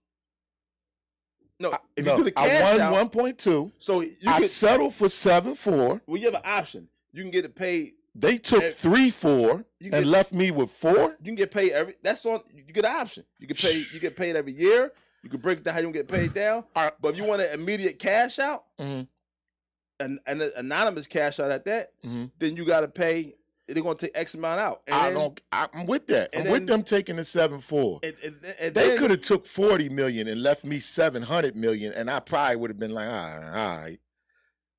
S1: No,
S2: I-
S1: if
S2: no,
S1: you do the cash
S2: I won
S1: out,
S2: one point two.
S1: so you
S2: I
S1: could,
S2: settled for seven four.
S1: well, you have an option. You can get it paid.
S2: They took
S1: And-
S2: three four
S1: You
S2: and
S1: get-
S2: left me with four.
S1: You can get paid every. That's on. You get an option. You can pay. You get paid every year. You can break down how you gonna get paid down.
S2: All right,
S1: But if you want an immediate cash out,
S2: Mhm.
S1: an, an anonymous cash out at that,
S2: Mhm.
S1: then you got to pay. They're gonna take X amount out. And
S2: I
S1: then-
S2: don't. I- I'm with that. I'm
S1: and
S2: with
S1: then-
S2: them taking the seven four.
S1: And, and, th- and
S2: They
S1: then-
S2: could have took forty million and left me seven hundred million, and I probably would have been like, all right, all right.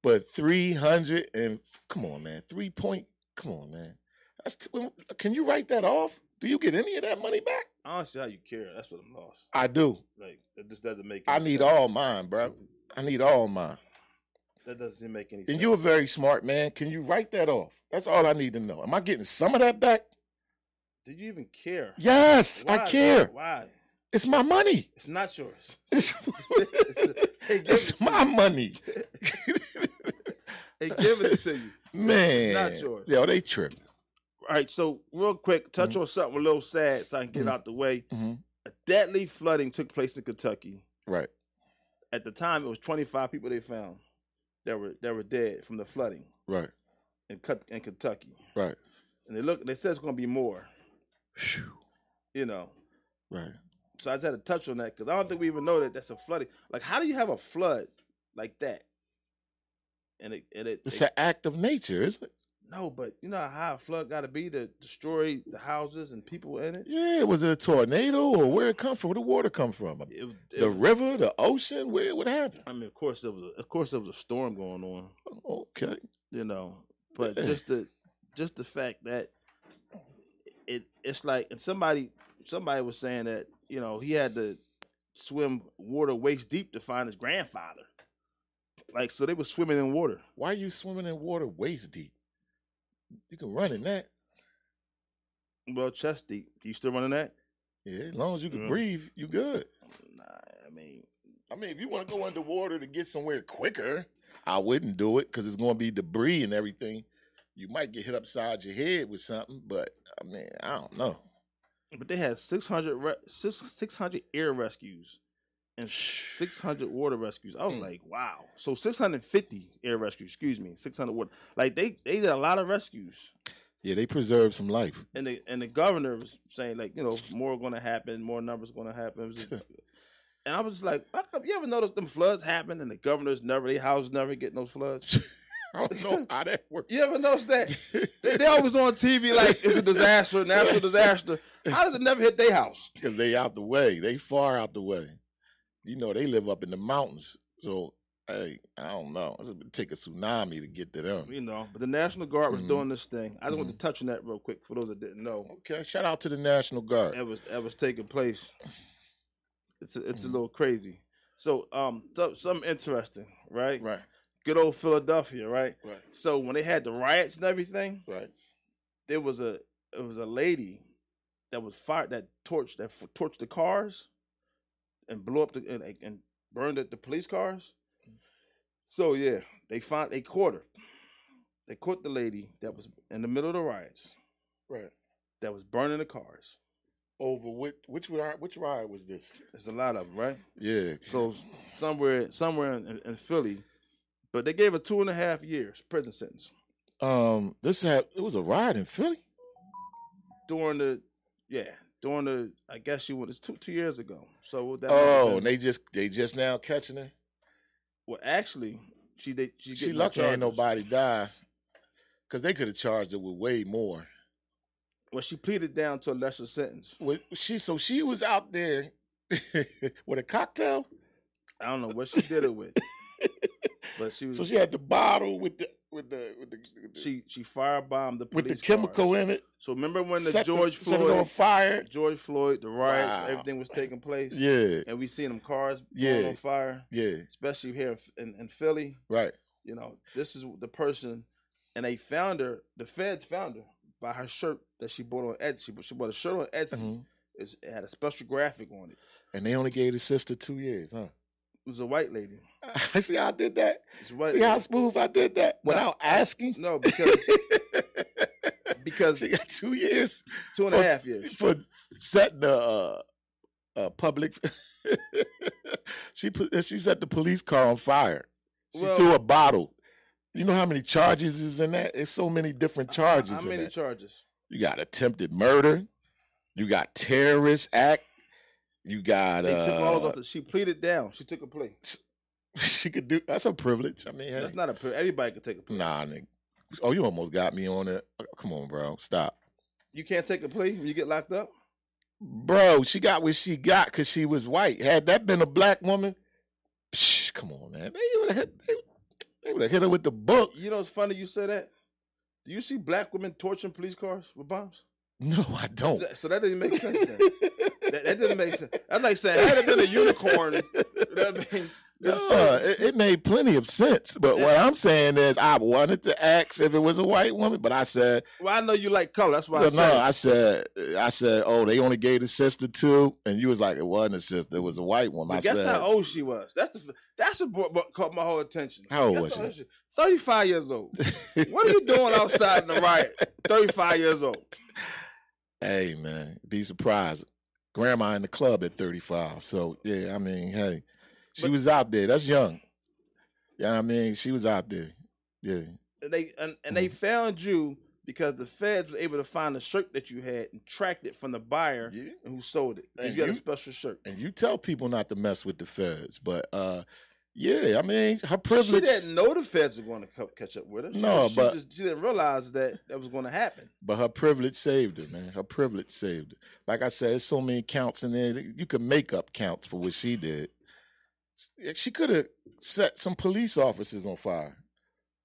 S2: But three hundred and come on, man, three point. Come on, man. That's t- can you write that off? Do you get any of that money back?
S1: honestly, how you care? That's what I'm lost.
S2: I do.
S1: Like it just doesn't make.
S2: I
S1: any
S2: need
S1: sense.
S2: all mine, bro. I need all mine.
S1: That doesn't make any
S2: And
S1: sense.
S2: you're a very smart man. Can you write that off? That's all I need to know. Am I getting some of that back?
S1: Did you even care?
S2: Yes,
S1: Why,
S2: I
S1: though?
S2: care.
S1: Why?
S2: It's my money.
S1: It's not yours.
S2: It's,
S1: They give it
S2: it's
S1: to
S2: my
S1: you.
S2: money.
S1: They giving it to you.
S2: Man,
S1: yours.
S2: Yo, they tripping.
S1: All right. So real quick, touch
S2: Mhm.
S1: on something a little sad, so I can get
S2: Mhm.
S1: out the way.
S2: hmm
S1: A deadly flooding took place in Kentucky.
S2: Right.
S1: At the time, it was 25 people they found that were that were dead from the flooding
S2: Right.
S1: in Cut in Kentucky.
S2: Right.
S1: And they look. They said it's going to be more.
S2: Phew.
S1: You know.
S2: Right.
S1: So I just had to touch on that because I don't think we even know that that's a flooding. Like, how do you have a flood like that? And it, and it,
S2: It's
S1: it-
S2: an act of nature, isn't it?
S1: no, but you know how a flood got to be to destroy the houses and people in it.
S2: Yeah. Was it a tornado or where it come from? Where the water come from?
S1: It was- it
S2: The
S1: was-
S2: river, the ocean? Where it would happen?
S1: I mean, of course there was, a, of course there was a storm going on,
S2: Okay.
S1: you know, but just the, just the fact that it, it's like, and somebody, somebody was saying that you know he had to swim water waist deep to find his grandfather. Like, so they were swimming in water.
S2: Why you swimming in water waist deep? You can run in that.
S1: Well, chest deep. You still running that?
S2: Yeah, as long as you can
S1: Yeah.
S2: breathe, you good.
S1: Nah, I mean,
S2: I mean, if you want to go underwater to get somewhere quicker, I wouldn't do it because it's going to be debris and everything. You might get hit upside your head with something, but I mean, I don't know.
S1: but they had 600, re- six, 600 air rescues and 600 water rescues. I was
S2: Mm.
S1: like, wow. So 650 air rescues, excuse me, 600 water. Like they they did a lot of rescues.
S2: Yeah, they preserve some life.
S1: And the and the governor was saying like, you know, more going to happen, more numbers going to happen. It was just- and I was just like, how come- you ever notice them floods happen and the governors never, their houses never get those floods?
S2: I don't know how that works.
S1: You ever notice that? They, they always on TV like it's a disaster, natural disaster. How does it never hit their house?
S2: Because they out the way. They far out the way. You know, they live up in the mountains. So, hey, I don't know. It's gonna take a tsunami to get to them.
S1: You know, but the National Guard was
S2: Mhm.
S1: doing this thing. I just want to touch on that real quick for those that didn't know.
S2: Okay, shout out to the National Guard.
S1: That was that was taking place. It's a, it's a little crazy. So um, so, something interesting, right?
S2: Right,
S1: Good old Philadelphia, right?
S2: right,
S1: So when they had the riots and everything,
S2: right.
S1: there was a it was a lady that was fired that torched that f- torched the cars and blew up the and, and burned at the police cars. So yeah, they find they caught her. They caught the lady that was in the middle of the riots
S2: Right.
S1: that was burning the cars.
S2: Over which which ride, which ride was this?
S1: There's a lot of them, right?
S2: Yeah.
S1: So somewhere somewhere in, in Philly, But they gave her two and a half years prison sentence
S2: Um, this had it was a riot in Philly.
S1: during the, yeah, during the. I guess she went. It's two two years ago. So that might have
S2: Oh,
S1: been-
S2: and they just they just now catching her.
S1: well, actually, she they she,
S2: She
S1: getting
S2: lucky
S1: charges.
S2: ain't nobody died, cause they could have charged her with way more.
S1: Well, she pleaded down to a lesser sentence.
S2: With she, so she was out there with a cocktail.
S1: I don't know what she did it with, but she was
S2: So she had the bottle with the with the with the, with the-
S1: Mm-hmm. she she firebombed the police
S2: with the
S1: car.
S2: chemical in it.
S1: So remember when the
S2: set
S1: George
S2: set it on
S1: Floyd,
S2: fire.
S1: George Floyd, the riots,
S2: Wow.
S1: everything was taking place,
S2: Yeah,
S1: and we seen them cars
S2: Yeah.
S1: going on fire,
S2: yeah,
S1: especially here in, in Philly.
S2: right.
S1: You know, this is the person, and they found her. The feds found her by her shirt that she bought on Etsy. But she bought a shirt on Etsy.
S2: Mhm.
S1: It's- It had a special graphic on it.
S2: And they only gave the sister two years, huh?
S1: It was a white lady.
S2: I see how I did that.
S1: It's white.
S2: See how smooth I did that
S1: No.
S2: without asking.
S1: No, because because
S2: she got two years
S1: two and a
S2: For-
S1: half years.
S2: for setting a, uh uh public. she put she set the police car on fire. She
S1: Well-
S2: threw a bottle. You know how many charges is in that? It's so many different charges.
S1: How
S2: in
S1: many
S2: that.
S1: charges?
S2: you got attempted murder. You got terrorist act. You got.
S1: They took all of
S2: uh,
S1: them. She pleaded down. She took a plea.
S2: she could do. That's a privilege. I mean, hey.
S1: That's not a plea. Everybody could take a plea.
S2: Nah, nigga. Oh, you almost got me on it. Oh, Come on, bro. Stop.
S1: You can't take a plea when you get locked up.
S2: Bro, she got what she got because she was white. Had that been a black woman, psh, come on, man. They would have hit, they, they would've hit her with the book.
S1: You know, it's funny you say that. Do you see black women torching police cars with bombs?
S2: No, I don't.
S1: That- So that doesn't make sense. Then. That, that doesn't make sense. That's like saying had it been a unicorn. That means
S2: Yeah, it, it made plenty of sense. But what I'm saying is, I wanted to ask if it was a white woman, but I said,
S1: well, I know you like color. That's why
S2: no,
S1: I
S2: no,
S1: said. it.
S2: I said, I said, oh, they only gave the sister two. And you was like, it wasn't a sister, it was a white woman.
S1: But
S2: I
S1: guess
S2: said,
S1: how old she was. That's the that's what brought, brought- caught my whole attention.
S2: How old
S1: Guess
S2: was she?
S1: Thirty five years old. what are you doing outside in the riot? Thirty five years old.
S2: Hey man, be surprised. Grandma in the club at 35. So yeah, I mean, hey, she
S1: But-
S2: was out there. That's young. Yeah, I mean, she was out there. Yeah,
S1: and they and, and
S2: Mm.
S1: they found you because the feds were able to find the shirt that you had and tracked it from the buyer
S2: yeah.
S1: who sold it. 'Cause
S2: And
S1: you got a
S2: you-
S1: special shirt.
S2: And you tell people not to mess with the feds, but uh, yeah, I mean, her
S1: She
S2: privilege.
S1: didn't know the feds were going to co- catch up with her. She
S2: No,
S1: just- she
S2: but-
S1: just, she didn't realize that that was going to happen.
S2: But her privilege saved her, man. Her privilege saved her. Like I said, there's so many counts in there. that You could make up counts for what she did. She could have set some police officers on fire.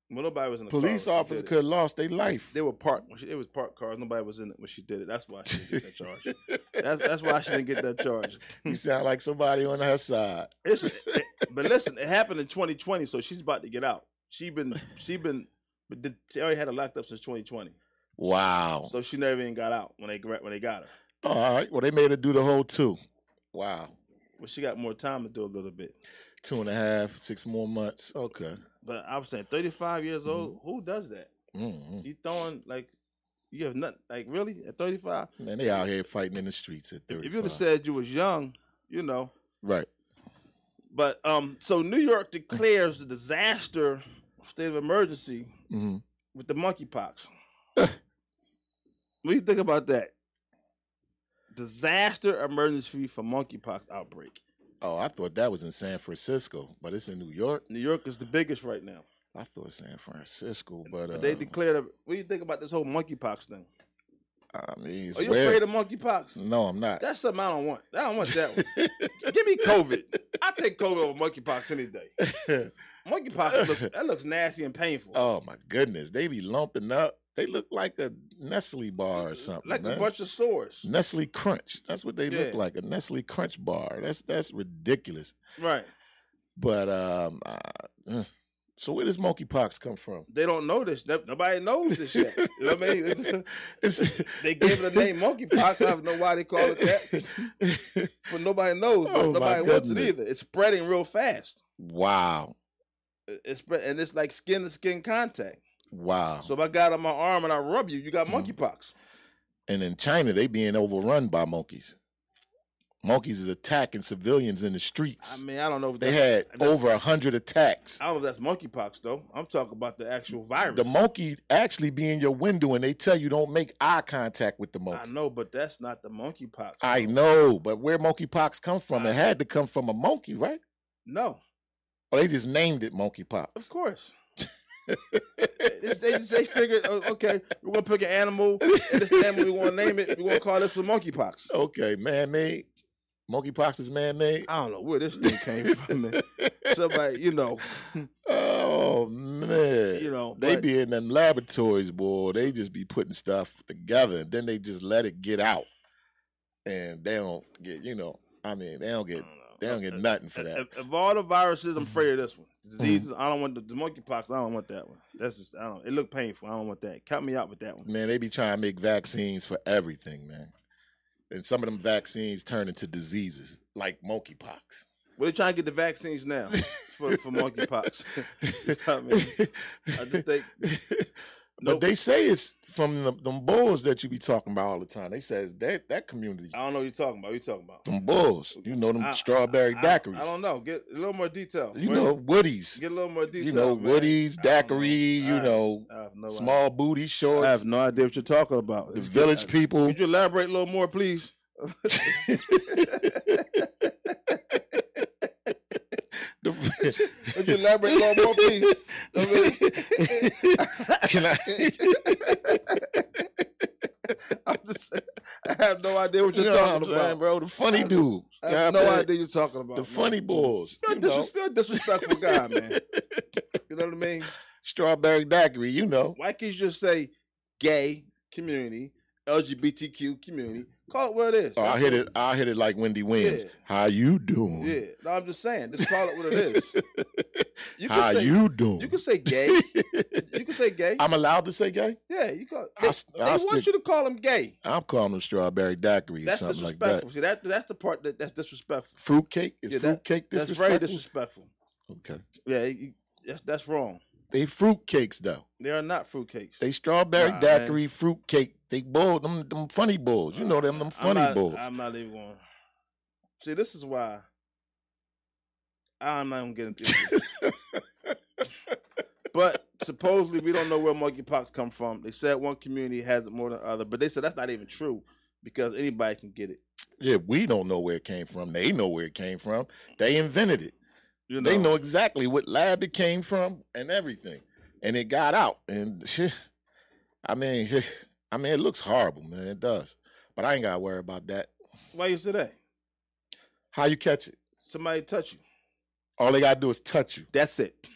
S1: Well, nobody was in the car when
S2: Police
S1: she
S2: officers
S1: did it.
S2: could have lost their life.
S1: They were parked. When she, it was parked cars. Nobody was in it when she did it. That's why she didn't get that charge. That's that's why she didn't get that charge.
S2: You sound like somebody on her side.
S1: It's, it- but listen, it happened in 2020, so she's about to get out. She been she been, but did, she already had her locked up since 2020.
S2: Wow.
S1: So she never even got out when they gra- when they got her.
S2: All right. Well, they made her do the whole two. Wow.
S1: Well, she got more time to do a little bit.
S2: Two and a half, six more months. Okay.
S1: But I was saying, 35 years old, who does that?
S2: mm
S1: You throwing like you have nothing like really at 35.
S2: Man, they out here fighting in the streets at 35.
S1: If you'd have said you was young, you know.
S2: right.
S1: But um, so New York declares the disaster state of emergency
S2: hmm
S1: with the monkeypox. what do you think about that? Disaster emergency for monkeypox outbreak.
S2: Oh, I thought that was in San Francisco, but it's in New York.
S1: New York is the biggest right now.
S2: I thought San Francisco, but, uh,
S1: But they declared. A, what do you think about this whole monkeypox thing?
S2: I mean, it's Mm.
S1: Are you
S2: weird.
S1: afraid of monkeypox?
S2: No, I'm not.
S1: That's something I don't want. I don't want that one. Give me COVID. I take COVID over monkeypox any day. Monkeypox looks that looks nasty and painful.
S2: oh my goodness, they be lumping up. They look like a Nestle bar or something.
S1: like
S2: man.
S1: a bunch of sores.
S2: Nestle Crunch. That's what they look
S1: Yeah.
S2: like. A Nestle Crunch bar. That's that's ridiculous.
S1: Right.
S2: But um, uh, ugh. so where does monkeypox come from?
S1: They don't know this. No- Nobody knows this yet. You know what I mean? It's just-
S2: It's-
S1: they gave it the name monkeypox. I don't know why they call it that, but nobody knows. but
S2: Oh, my
S1: nobody wants it
S2: goodness.
S1: either. It's spreading real fast.
S2: wow,
S1: It- It's spread, and it's like skin to skin contact.
S2: wow.
S1: So if I got on my arm and I rub
S2: Mm.
S1: you, you got monkeypox.
S2: and in China, they being overrun by monkeys. Monkeys is attacking civilians in the streets.
S1: I mean, I don't know if
S2: they
S1: that's-
S2: had
S1: that's-
S2: over a hundred attacks.
S1: I don't know if that's monkeypox though. I'm talking about the actual virus.
S2: The monkey actually be in your window and they tell you don't make eye contact with the monkey.
S1: I know, but that's not the monkeypox.
S2: I know, but where monkeypox come from?
S1: I-
S2: It had to come from a monkey, right?
S1: No,
S2: Or Oh, they just named it monkeypox.
S1: of course. It's- they just- they figured, oh, okay, we're gonna pick an animal. And this animal we're gonna name it. We're gonna call this a monkeypox.
S2: Okay, man-made. Monkeypox is man-made.
S1: I don't know where this thing came from. man. Somebody, you know,
S2: oh man,
S1: you know,
S2: they
S1: but
S2: be in them laboratories, boy. They just be putting stuff together, and then they just let it get out, and they don't get. You know, I mean, they don't
S1: I
S2: get.
S1: don't know.
S2: They don't get
S1: Uh,
S2: nothing for
S1: uh,
S2: that. Mm-hmm.
S1: Of, of all the viruses, I'm afraid of this one. The diseases, I don't want the, the monkeypox. I don't want that one. That's just, I don't. It looked painful. I don't want that. Cut me out with that one.
S2: Man, they be trying to make vaccines for everything, man. And some of them vaccines turn into diseases like monkeypox.
S1: Well, they're trying to get the vaccines now for, for monkeypox. I mean, I just think
S2: But
S1: nope.
S2: they say it's from the, them bulls that you be talking about all the time. They says that that community,
S1: I don't know what you're talking about. What you talking about?
S2: them bulls, you know them
S1: I-
S2: strawberry
S1: I-
S2: daiquiris,
S1: I, don't know. Get a little more detail.
S2: you
S1: Wait,
S2: know woodies,
S1: Get a little more detail.
S2: you know
S1: man.
S2: woodies,
S1: I don't know.
S2: daiquiri, you
S1: Alright.
S2: know
S1: I have no
S2: small booty
S1: idea.
S2: shorts,
S1: I have no idea what you're talking about.
S2: the village people.
S1: Could you elaborate a little more, please?
S2: The-
S1: Could you elaborate a little more, please? I mean-
S2: Can I?
S1: I'm just, I have no idea what
S2: You
S1: you're
S2: know what I'm
S1: talking
S2: saying,
S1: about.
S2: bro? The funny
S1: I-
S2: dude.
S1: I have no idea you're talking about.
S2: The
S1: man.
S2: funny boys.
S1: You're a
S2: you know.
S1: disres- you're a disrespectful guy, man. You know what I mean?
S2: Strawberry daiquiri, you know.
S1: Why can't you just say gay community, LGBTQ community? Call it what it is.
S2: Oh, I hit it. I hit it like Wendy Williams.
S1: Yeah.
S2: How you doing?
S1: Yeah. No, I'm just saying. Just call it what it is. You can
S2: How
S1: say,
S2: you doing?
S1: You can say gay. You can say gay.
S2: I'm allowed to say gay.
S1: yeah, you call.
S2: I,
S1: They,
S2: s-
S1: they
S2: I
S1: want
S2: stick,
S1: you to call them gay.
S2: I'm calling them strawberry daiquiri or
S1: That's
S2: something like that.
S1: disrespectful. See, that that's the part that, that's disrespectful.
S2: Fruitcake is
S1: Yeah, that-
S2: fruitcake
S1: That's
S2: disrespectful.
S1: very disrespectful.
S2: okay.
S1: Yeah, you, that's that's wrong.
S2: They fruitcakes though.
S1: They are not fruitcakes.
S2: They strawberry
S1: Nah, man.
S2: daiquiri fruitcake. They bull them them funny bulls. You know them them
S1: I'm
S2: funny
S1: not,
S2: bulls.
S1: I'm not even going. See, this is why I'm not even getting through. but supposedly, we don't know where monkeypox come from. They said one community has it more than other, but they said that's not even true because anybody can get it.
S2: Yeah, we don't know where it came from. They know where it came from. They invented it.
S1: You know,
S2: They know exactly what lab it came from and everything. And it got out. And I mean, I mean, it looks horrible, man. It does. But I ain't gotta worry about that.
S1: Why you say that?
S2: How you catch it?
S1: Somebody touch you.
S2: All they gotta do is touch you.
S1: That's it.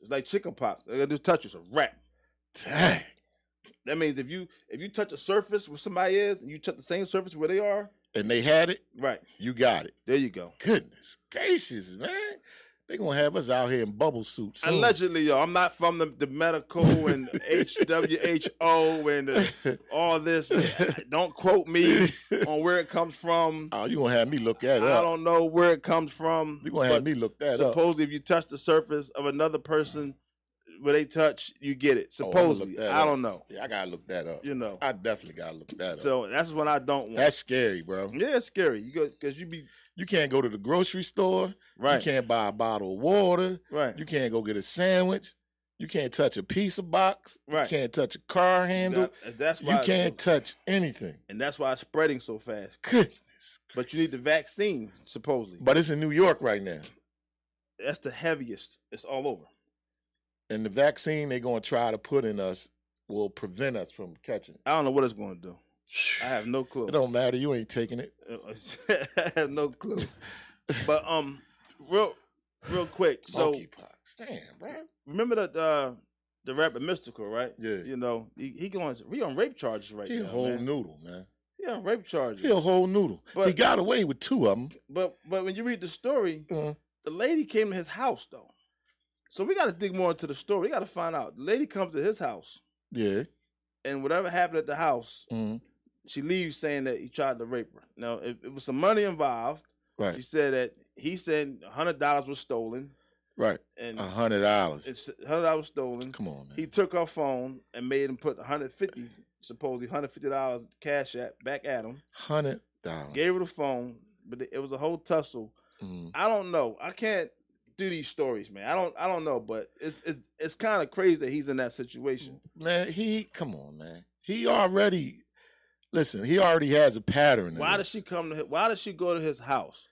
S1: It's like chickenpox. They just touch you. It's a wrap.
S2: Dang.
S1: That means if you if you touch a surface where somebody is and you touch the same surface where they are,
S2: And they had it,
S1: right
S2: you got it.
S1: there you go.
S2: Goodness gracious, man. They gonna have us out here in bubble suits. soon.
S1: Allegedly, yo, I'm not from the, the medical and WHO and the, all this. Don't quote me on where it comes from.
S2: oh, you gonna have me look
S1: I
S2: that up.
S1: don't know where it comes from.
S2: You gonna
S1: but
S2: have me look that up.
S1: supposedly, if you touch the surface of another person where they touch, you get it.
S2: Oh, I'ma look
S1: Supposedly,
S2: that
S1: I
S2: up.
S1: don't know.
S2: Yeah, I gotta look that up.
S1: You know,
S2: I definitely gotta look that up.
S1: so that's what I don't want.
S2: That's scary, bro.
S1: yeah, it's scary. You go because you be
S2: You can't go to the grocery store.
S1: right,
S2: You can't buy a bottle of water.
S1: right,
S2: You can't go get a sandwich. You can't touch a pizza box.
S1: right.
S2: You can't touch a car handle.
S1: That- that's why
S2: you can't touch anything.
S1: and that's why it's spreading so fast.
S2: Goodness.
S1: But you need the vaccine, supposedly.
S2: But it's in New York right now.
S1: that's the heaviest. It's all over.
S2: And the vaccine they're gonna try to put in us will prevent us from catching it.
S1: I don't know what it's going to do. I have no clue.
S2: It don't matter. You ain't taking it.
S1: I have no clue. But um, real, real quick. So
S2: Monkeypox. Damn, bro.
S1: remember the uh, the rapper Mystical, right?
S2: Yeah.
S1: You know he, he going we on rape charges right
S2: He a
S1: now.
S2: whole
S1: man.
S2: noodle, man.
S1: He on rape charges.
S2: He a whole noodle. he
S1: But-
S2: got away with two of them.
S1: But but when you read the story,
S2: Uh.
S1: the lady came to his house though. So we got to dig more into the story. We got to find out. The lady comes to his house,
S2: Yeah.
S1: and whatever happened at the house,
S2: Mhm.
S1: she leaves saying that he tried to rape her. Now, if it was some money involved, she
S2: Right.
S1: said that he said hundred dollars was stolen,
S2: Right.
S1: and
S2: A hundred dollars.
S1: it's hundred dollars stolen.
S2: Uh, Come on, man.
S1: He took her phone and made him put one hundred fifty, supposedly one hundred fifty dollars cash app back at him.
S2: Hundred dollars.
S1: Gave her the phone, but it was a whole tussle.
S2: Mm.
S1: I don't know. I can't do these stories, man. I don't. I don't know, but it's it's it's kind of crazy that he's in that situation.
S2: Man, he come on, man. He already listen. He already has a pattern. in
S1: Why does
S2: this.
S1: she come to? His, why does she go to his house?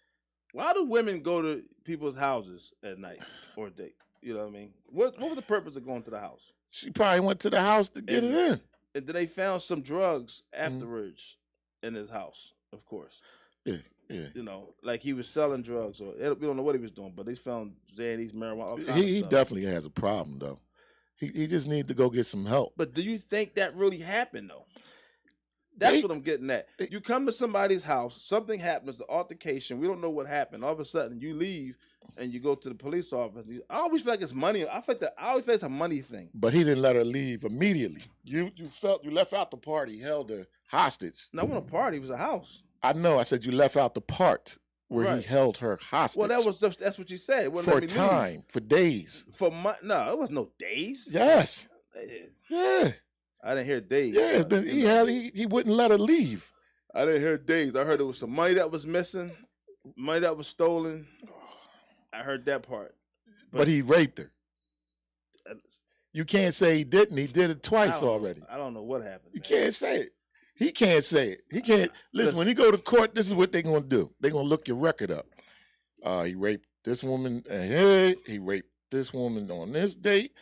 S1: Why do women go to people's houses at night or day? You know what I mean? What what was the purpose of going to the house?
S2: She probably went to the house to get
S1: And-
S2: it in.
S1: And then they found some drugs
S2: Mm-hmm.
S1: afterwards in his house, of course.
S2: Yeah.
S1: You know, like he was selling drugs or it- we don't know what he was doing, but they found Xanax, marijuana. all kinds of
S2: He, he
S1: stuff.
S2: definitely has a problem though. He he just need to go get some help.
S1: But do you think that really happened though? That's
S2: They-
S1: what I'm getting at.
S2: they-
S1: You come to somebody's house, something happens, the altercation, we don't know what happened. All of a sudden you leave and you go to the police office. You- I always feel like it's money. I feel like I always feel it's a money thing.
S2: But he didn't let her leave immediately. You you felt you left out the party, held her hostage.
S1: And I want a party, it was a house.
S2: I know. I said you left out the part where
S1: Right.
S2: he held her hostage.
S1: Well, that was just that's what you said. It wouldn't
S2: for
S1: let me leave.
S2: time, for days.
S1: For month no, it was no days.
S2: Yes.
S1: Eh,
S2: Yeah.
S1: I didn't hear days.
S2: Yeah. It's
S1: but,
S2: been,
S1: you
S2: he
S1: know,
S2: had he, he wouldn't let her leave.
S1: I didn't hear days. I heard it was some money that was missing, money that was stolen. I heard that part.
S2: But, he raped her. You can't say he didn't. He did it
S1: I
S2: twice
S1: don't know.
S2: already.
S1: I don't know what happened.
S2: You
S1: man.
S2: can't say it. He can't say it. He can't.
S1: listen.
S2: Listen, when you go to court, this is what they're gonna do. They're gonna look your record up. Uh, he raped this woman. uh, Hey, he raped this woman on this date.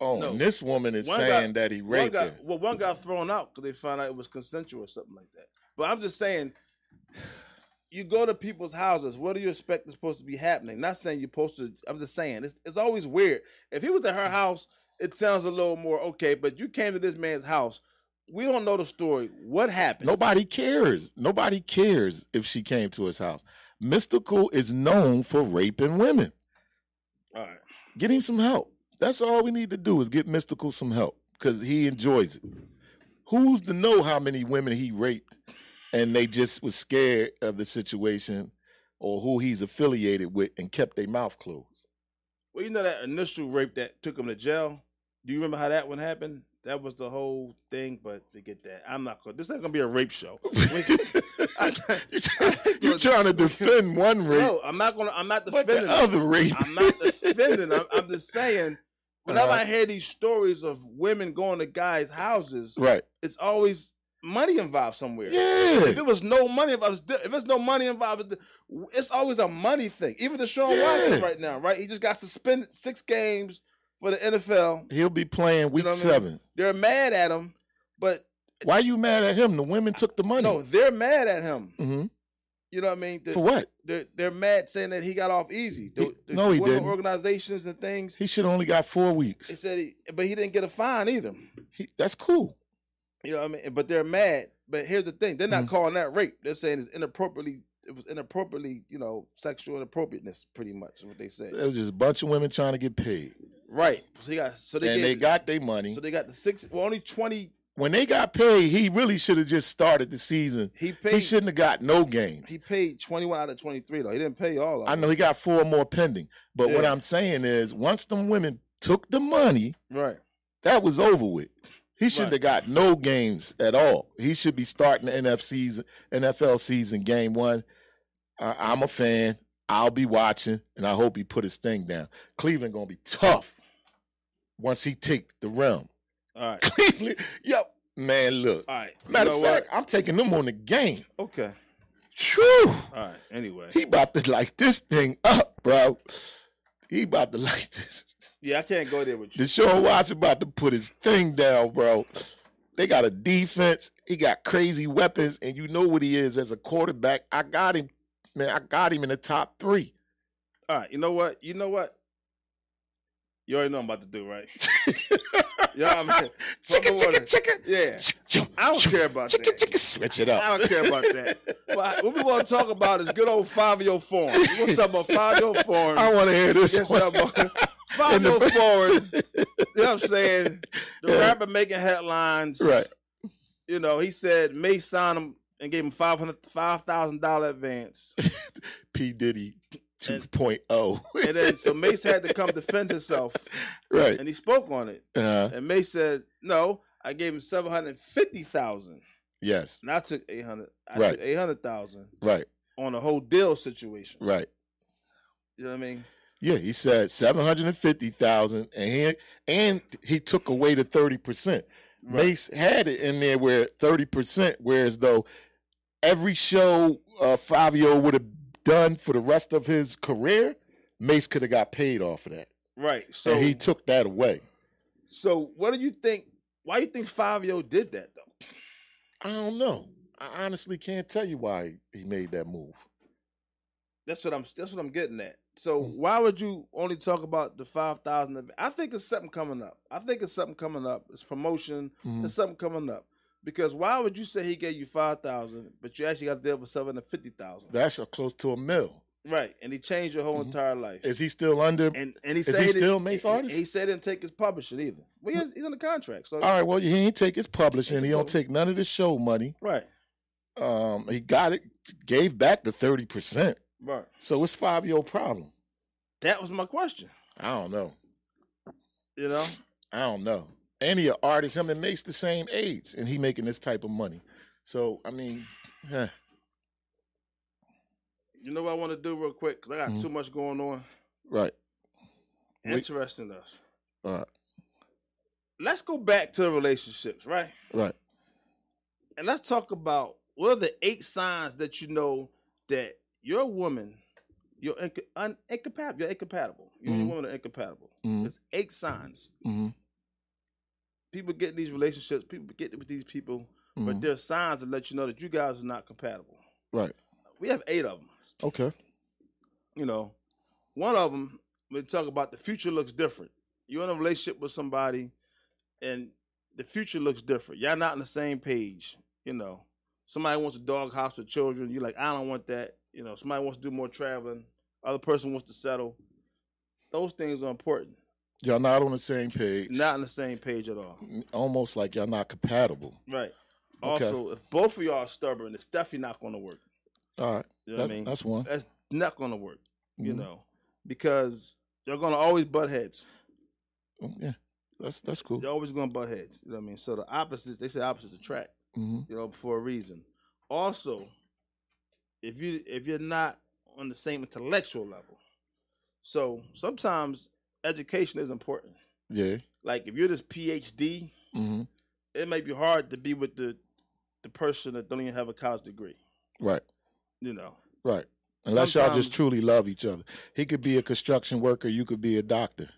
S2: Oh,
S1: No.
S2: and this woman is
S1: One guy-
S2: saying that he
S1: One
S2: raped
S1: got,
S2: her.
S1: well, one got thrown out because they found out it was consensual or something like that. But I'm just saying, you go to people's houses. What do you expect is supposed to be happening? Not saying you're supposed to. I'm just saying it's, it's always weird. If he was at her house, it sounds a little more okay. But you came to this man's house. We don't know the story. What happened?
S2: Nobody cares. Nobody cares if she came to his house. Mystical is known for raping women.
S1: All right.
S2: Get him some help. That's all we need to do is get Mystical some help because he enjoys it. Who's to know how many women he raped and they just was scared of the situation or who he's affiliated with and kept their mouth closed?
S1: Well, you know that initial rape that took him to jail. Do you remember how that one happened? That was the whole thing. But forget that. I'm not going. to This ain't gonna be a rape show.
S2: you try- you trying to defend one rape,
S1: No, I'm not gonna. I'm not
S2: but the
S1: defending. it.
S2: other rape.
S1: I'm not defending. I'm, I'm just saying. Whenever
S2: Uh-huh.
S1: I hear these stories of women going to guys' houses,
S2: right.
S1: it's always money involved somewhere. If
S2: Yeah.
S1: it was no money involved, it's di- if there's no money involved, it's di- it's always a money thing. Even Deshaun Watson
S2: Yeah.
S1: right now, right? He just got suspended six games for the NFL.
S2: He'll be playing week
S1: know what I mean?
S2: seven.
S1: They're mad at him, but
S2: Why you mad at him? The women took the money.
S1: no, they're mad at him.
S2: Mhm.
S1: You know what I mean? The-
S2: For what?
S1: They're, they're mad saying that he got off easy. The,
S2: He-
S1: the
S2: no, he
S1: women
S2: didn't.
S1: organizations and things.
S2: He should only got four
S1: They
S2: weeks.
S1: said, he, but he didn't get a fine either.
S2: He, that's cool.
S1: You know what I mean? But they're mad. But here's the thing: they're not
S2: Mhm.
S1: calling that rape. They're saying it's inappropriately. It was inappropriately, you know, sexual inappropriateness. Pretty much is what they said.
S2: It was just a bunch of women trying to get paid,
S1: Right. So they got. So they,
S2: and
S1: gave,
S2: they got their money.
S1: So they got the six. Well, only twenty.
S2: when they got paid, he really should have just started the season.
S1: He
S2: He
S1: paid. He,
S2: shouldn't have got no games.
S1: paid twenty one out of twenty three though. He didn't pay all. Of
S2: I
S1: it.
S2: know he got four more pending, but what
S1: Yeah.
S2: I'm saying is, once them women took the money,
S1: Right.
S2: that was over with. He shouldn't
S1: Right.
S2: have got no games at all. He should be starting the NF season, NFL season game one. I, I'm a fan. I'll be watching, and I hope he put his thing down. Cleveland gonna be tough once he take the realm.
S1: All right.
S2: Cleveland, yep, man. Look,
S1: All right. You
S2: matter
S1: know
S2: of
S1: what?
S2: fact, I'm taking them on the game.
S1: Okay.
S2: Whew.
S1: All right. Anyway.
S2: He about to light this thing up, bro. He about to light this.
S1: Yeah, I can't go there with you.
S2: Deshaun Watson about to put his thing down, bro. They got a defense. He got crazy weapons, and you know what he is as a quarterback. I got him, man. I got him in the top three.
S1: All right. You know what? You know what? You already know what I'm about to do, right? yeah. I'm,
S2: Chicken, chicken,
S1: water.
S2: chicken.
S1: yeah.
S2: Choo,
S1: I don't
S2: choo,
S1: care about
S2: Chicken,
S1: that.
S2: chicken. Switch it up.
S1: I don't care about that. Well, what we want to talk about is good old Fabio Foreign. We want to talk about Fabio Foreign.
S2: I want to hear this
S1: Yes,
S2: one.
S1: sir, boy. Fabio
S2: In the-
S1: Foreign. You know what I'm saying? The
S2: Yeah.
S1: rapper making headlines.
S2: right.
S1: You know, he said May signed him and gave him five hundred five thousand dollar advance.
S2: P Diddy oh. 2.0.
S1: And then so Mace had to come defend himself
S2: right.
S1: and he spoke on it.
S2: Uh,
S1: And Mace said, No, I gave him seven hundred and fifty thousand.
S2: yes.
S1: And I took eight hundred. I
S2: Right.
S1: took eight hundred thousand.
S2: Right.
S1: on the whole deal situation.
S2: Right.
S1: You know what I mean?
S2: Yeah, he said seven hundred and fifty thousand, and he and he took away the thirty percent. Mace had it in there where thirty percent, whereas though every show uh, Fabio would have done for the rest of his career, Mace could have got paid off of that,
S1: Right. So
S2: and he took that away.
S1: so what do you think? Why you think Fabio did that though?
S2: I don't know. I honestly can't tell you why he made that move.
S1: That's what I'm. That's what I'm getting at. So
S2: Mm.
S1: why would you only talk about the five thousand? I think it's something coming up. I think it's something coming up. It's promotion.
S2: Mhm.
S1: It's something coming up. Because why would you say he gave you five thousand, but you actually got to deal with seven hundred fifty thousand?
S2: That's a close to a mil.
S1: Right, and he changed your whole
S2: Mhm.
S1: entire life.
S2: Is he still under?
S1: and and he
S2: Is
S1: said
S2: he
S1: didn't-
S2: still Mace
S1: and- and
S2: Artist? Mm.
S1: He said he didn't take his publishing either. Well, he has, he's on the contract, so
S2: All right. Well, he ain't take his publishing.
S1: It's a
S2: He don't
S1: publishing.
S2: take none of the show money.
S1: right,
S2: Um, he got it, gave back the thirty percent.
S1: right.
S2: So it's five year old problem.
S1: That was my question.
S2: I don't know.
S1: You know,
S2: I don't know. Any artist, him and Mace the same age, and he making this type of money. So I mean, huh,
S1: you know what I want to do real quick because I got
S2: Mhm.
S1: too much going on.
S2: right? We-
S1: Interesting us.
S2: All right,
S1: Let's go back to relationships, right?
S2: right.
S1: And let's talk about what are the eight signs that you know that your woman, you're inc- un- incompatible. You're incompatible. You and
S2: Mhm.
S1: your woman are incompatible.
S2: Mhm.
S1: It's eight signs.
S2: Mm-hmm.
S1: People get in these relationships. People get with these people, but there's signs that let you know that you guys are not compatible.
S2: mm-hmm. right.
S1: We have eight of them.
S2: Okay.
S1: you know, one of them, we talk about the future looks different. You're in a relationship with somebody, and the future looks different. Y'all not on the same page. You know, somebody wants a dog house with children. You're like, I don't want that. You know, somebody wants to do more traveling. Other person wants to settle. Those things are important.
S2: Y'all not on the same page.
S1: Not on the same page at all.
S2: Almost like y'all not compatible.
S1: Right.
S2: Okay.
S1: Also, if both of y'all are stubborn, it's definitely not going to work.
S2: All right.
S1: You know what
S2: that's,
S1: I mean?
S2: that's one.
S1: That's not going to work. You
S2: Mhm.
S1: know, because they're going to always butt heads.
S2: Mm, Yeah. That's that's cool.
S1: They're always going to butt heads. You know what I mean? So the opposites, they say opposites attract,
S2: hmm
S1: you know, for a reason. Also, if you if you're not on the same intellectual level, so sometimes education is important.
S2: Yeah.
S1: Like if you're this PhD,
S2: hmm
S1: it may be hard to be with the the person that don't even have a college degree.
S2: Right.
S1: You know,
S2: Right. Unless y'all
S1: Sometimes-
S2: just truly love each other. He could be a construction worker. You could be a doctor.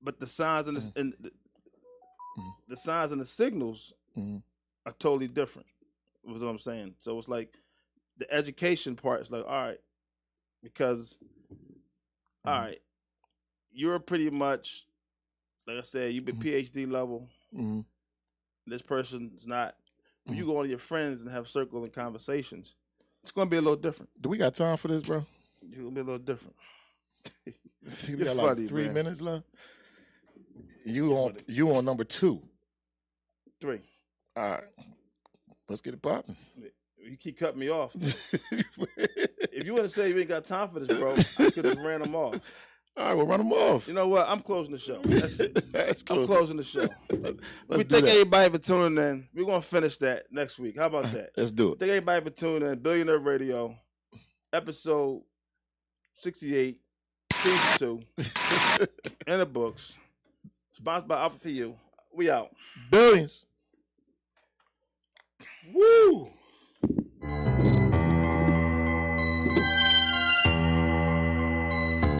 S1: but the signs and the and the,
S2: Mhm.
S1: the signs and the signals
S2: Mhm.
S1: are totally different. Was what I'm saying. So it's like the education part is like all right, because all
S2: Mhm.
S1: right, you're pretty much like I said, you've been
S2: Mhm.
S1: PhD level.
S2: hmm
S1: This person's not. When you
S2: Mhm.
S1: go on to your friends and have circle and conversations, it's gonna be a little different.
S2: Do we got time for this, bro?
S1: It's gonna be a little different.
S2: we
S1: You're
S2: got
S1: funny,
S2: like three
S1: man.
S2: minutes left. You on
S1: funny.
S2: you on number two.
S1: Three.
S2: All right. Let's get it popping.
S1: You keep cutting me off. if you wouldn't say you ain't got time for this, bro, I could have ran them off.
S2: All right, we'll run them off.
S1: You know what? I'm closing the show. That's it.
S2: Let's
S1: I'm
S2: close it.
S1: closing the show.
S2: Let's
S1: we
S2: do
S1: thank
S2: that.
S1: everybody for tuning in. We're gonna finish that next week. How about that?
S2: Let's do it.
S1: Thank everybody for tuning in. Billionaire Radio, episode 68, season two, in the books. Sponsored by Alpha PU. We out.
S2: Billions.
S1: Woo!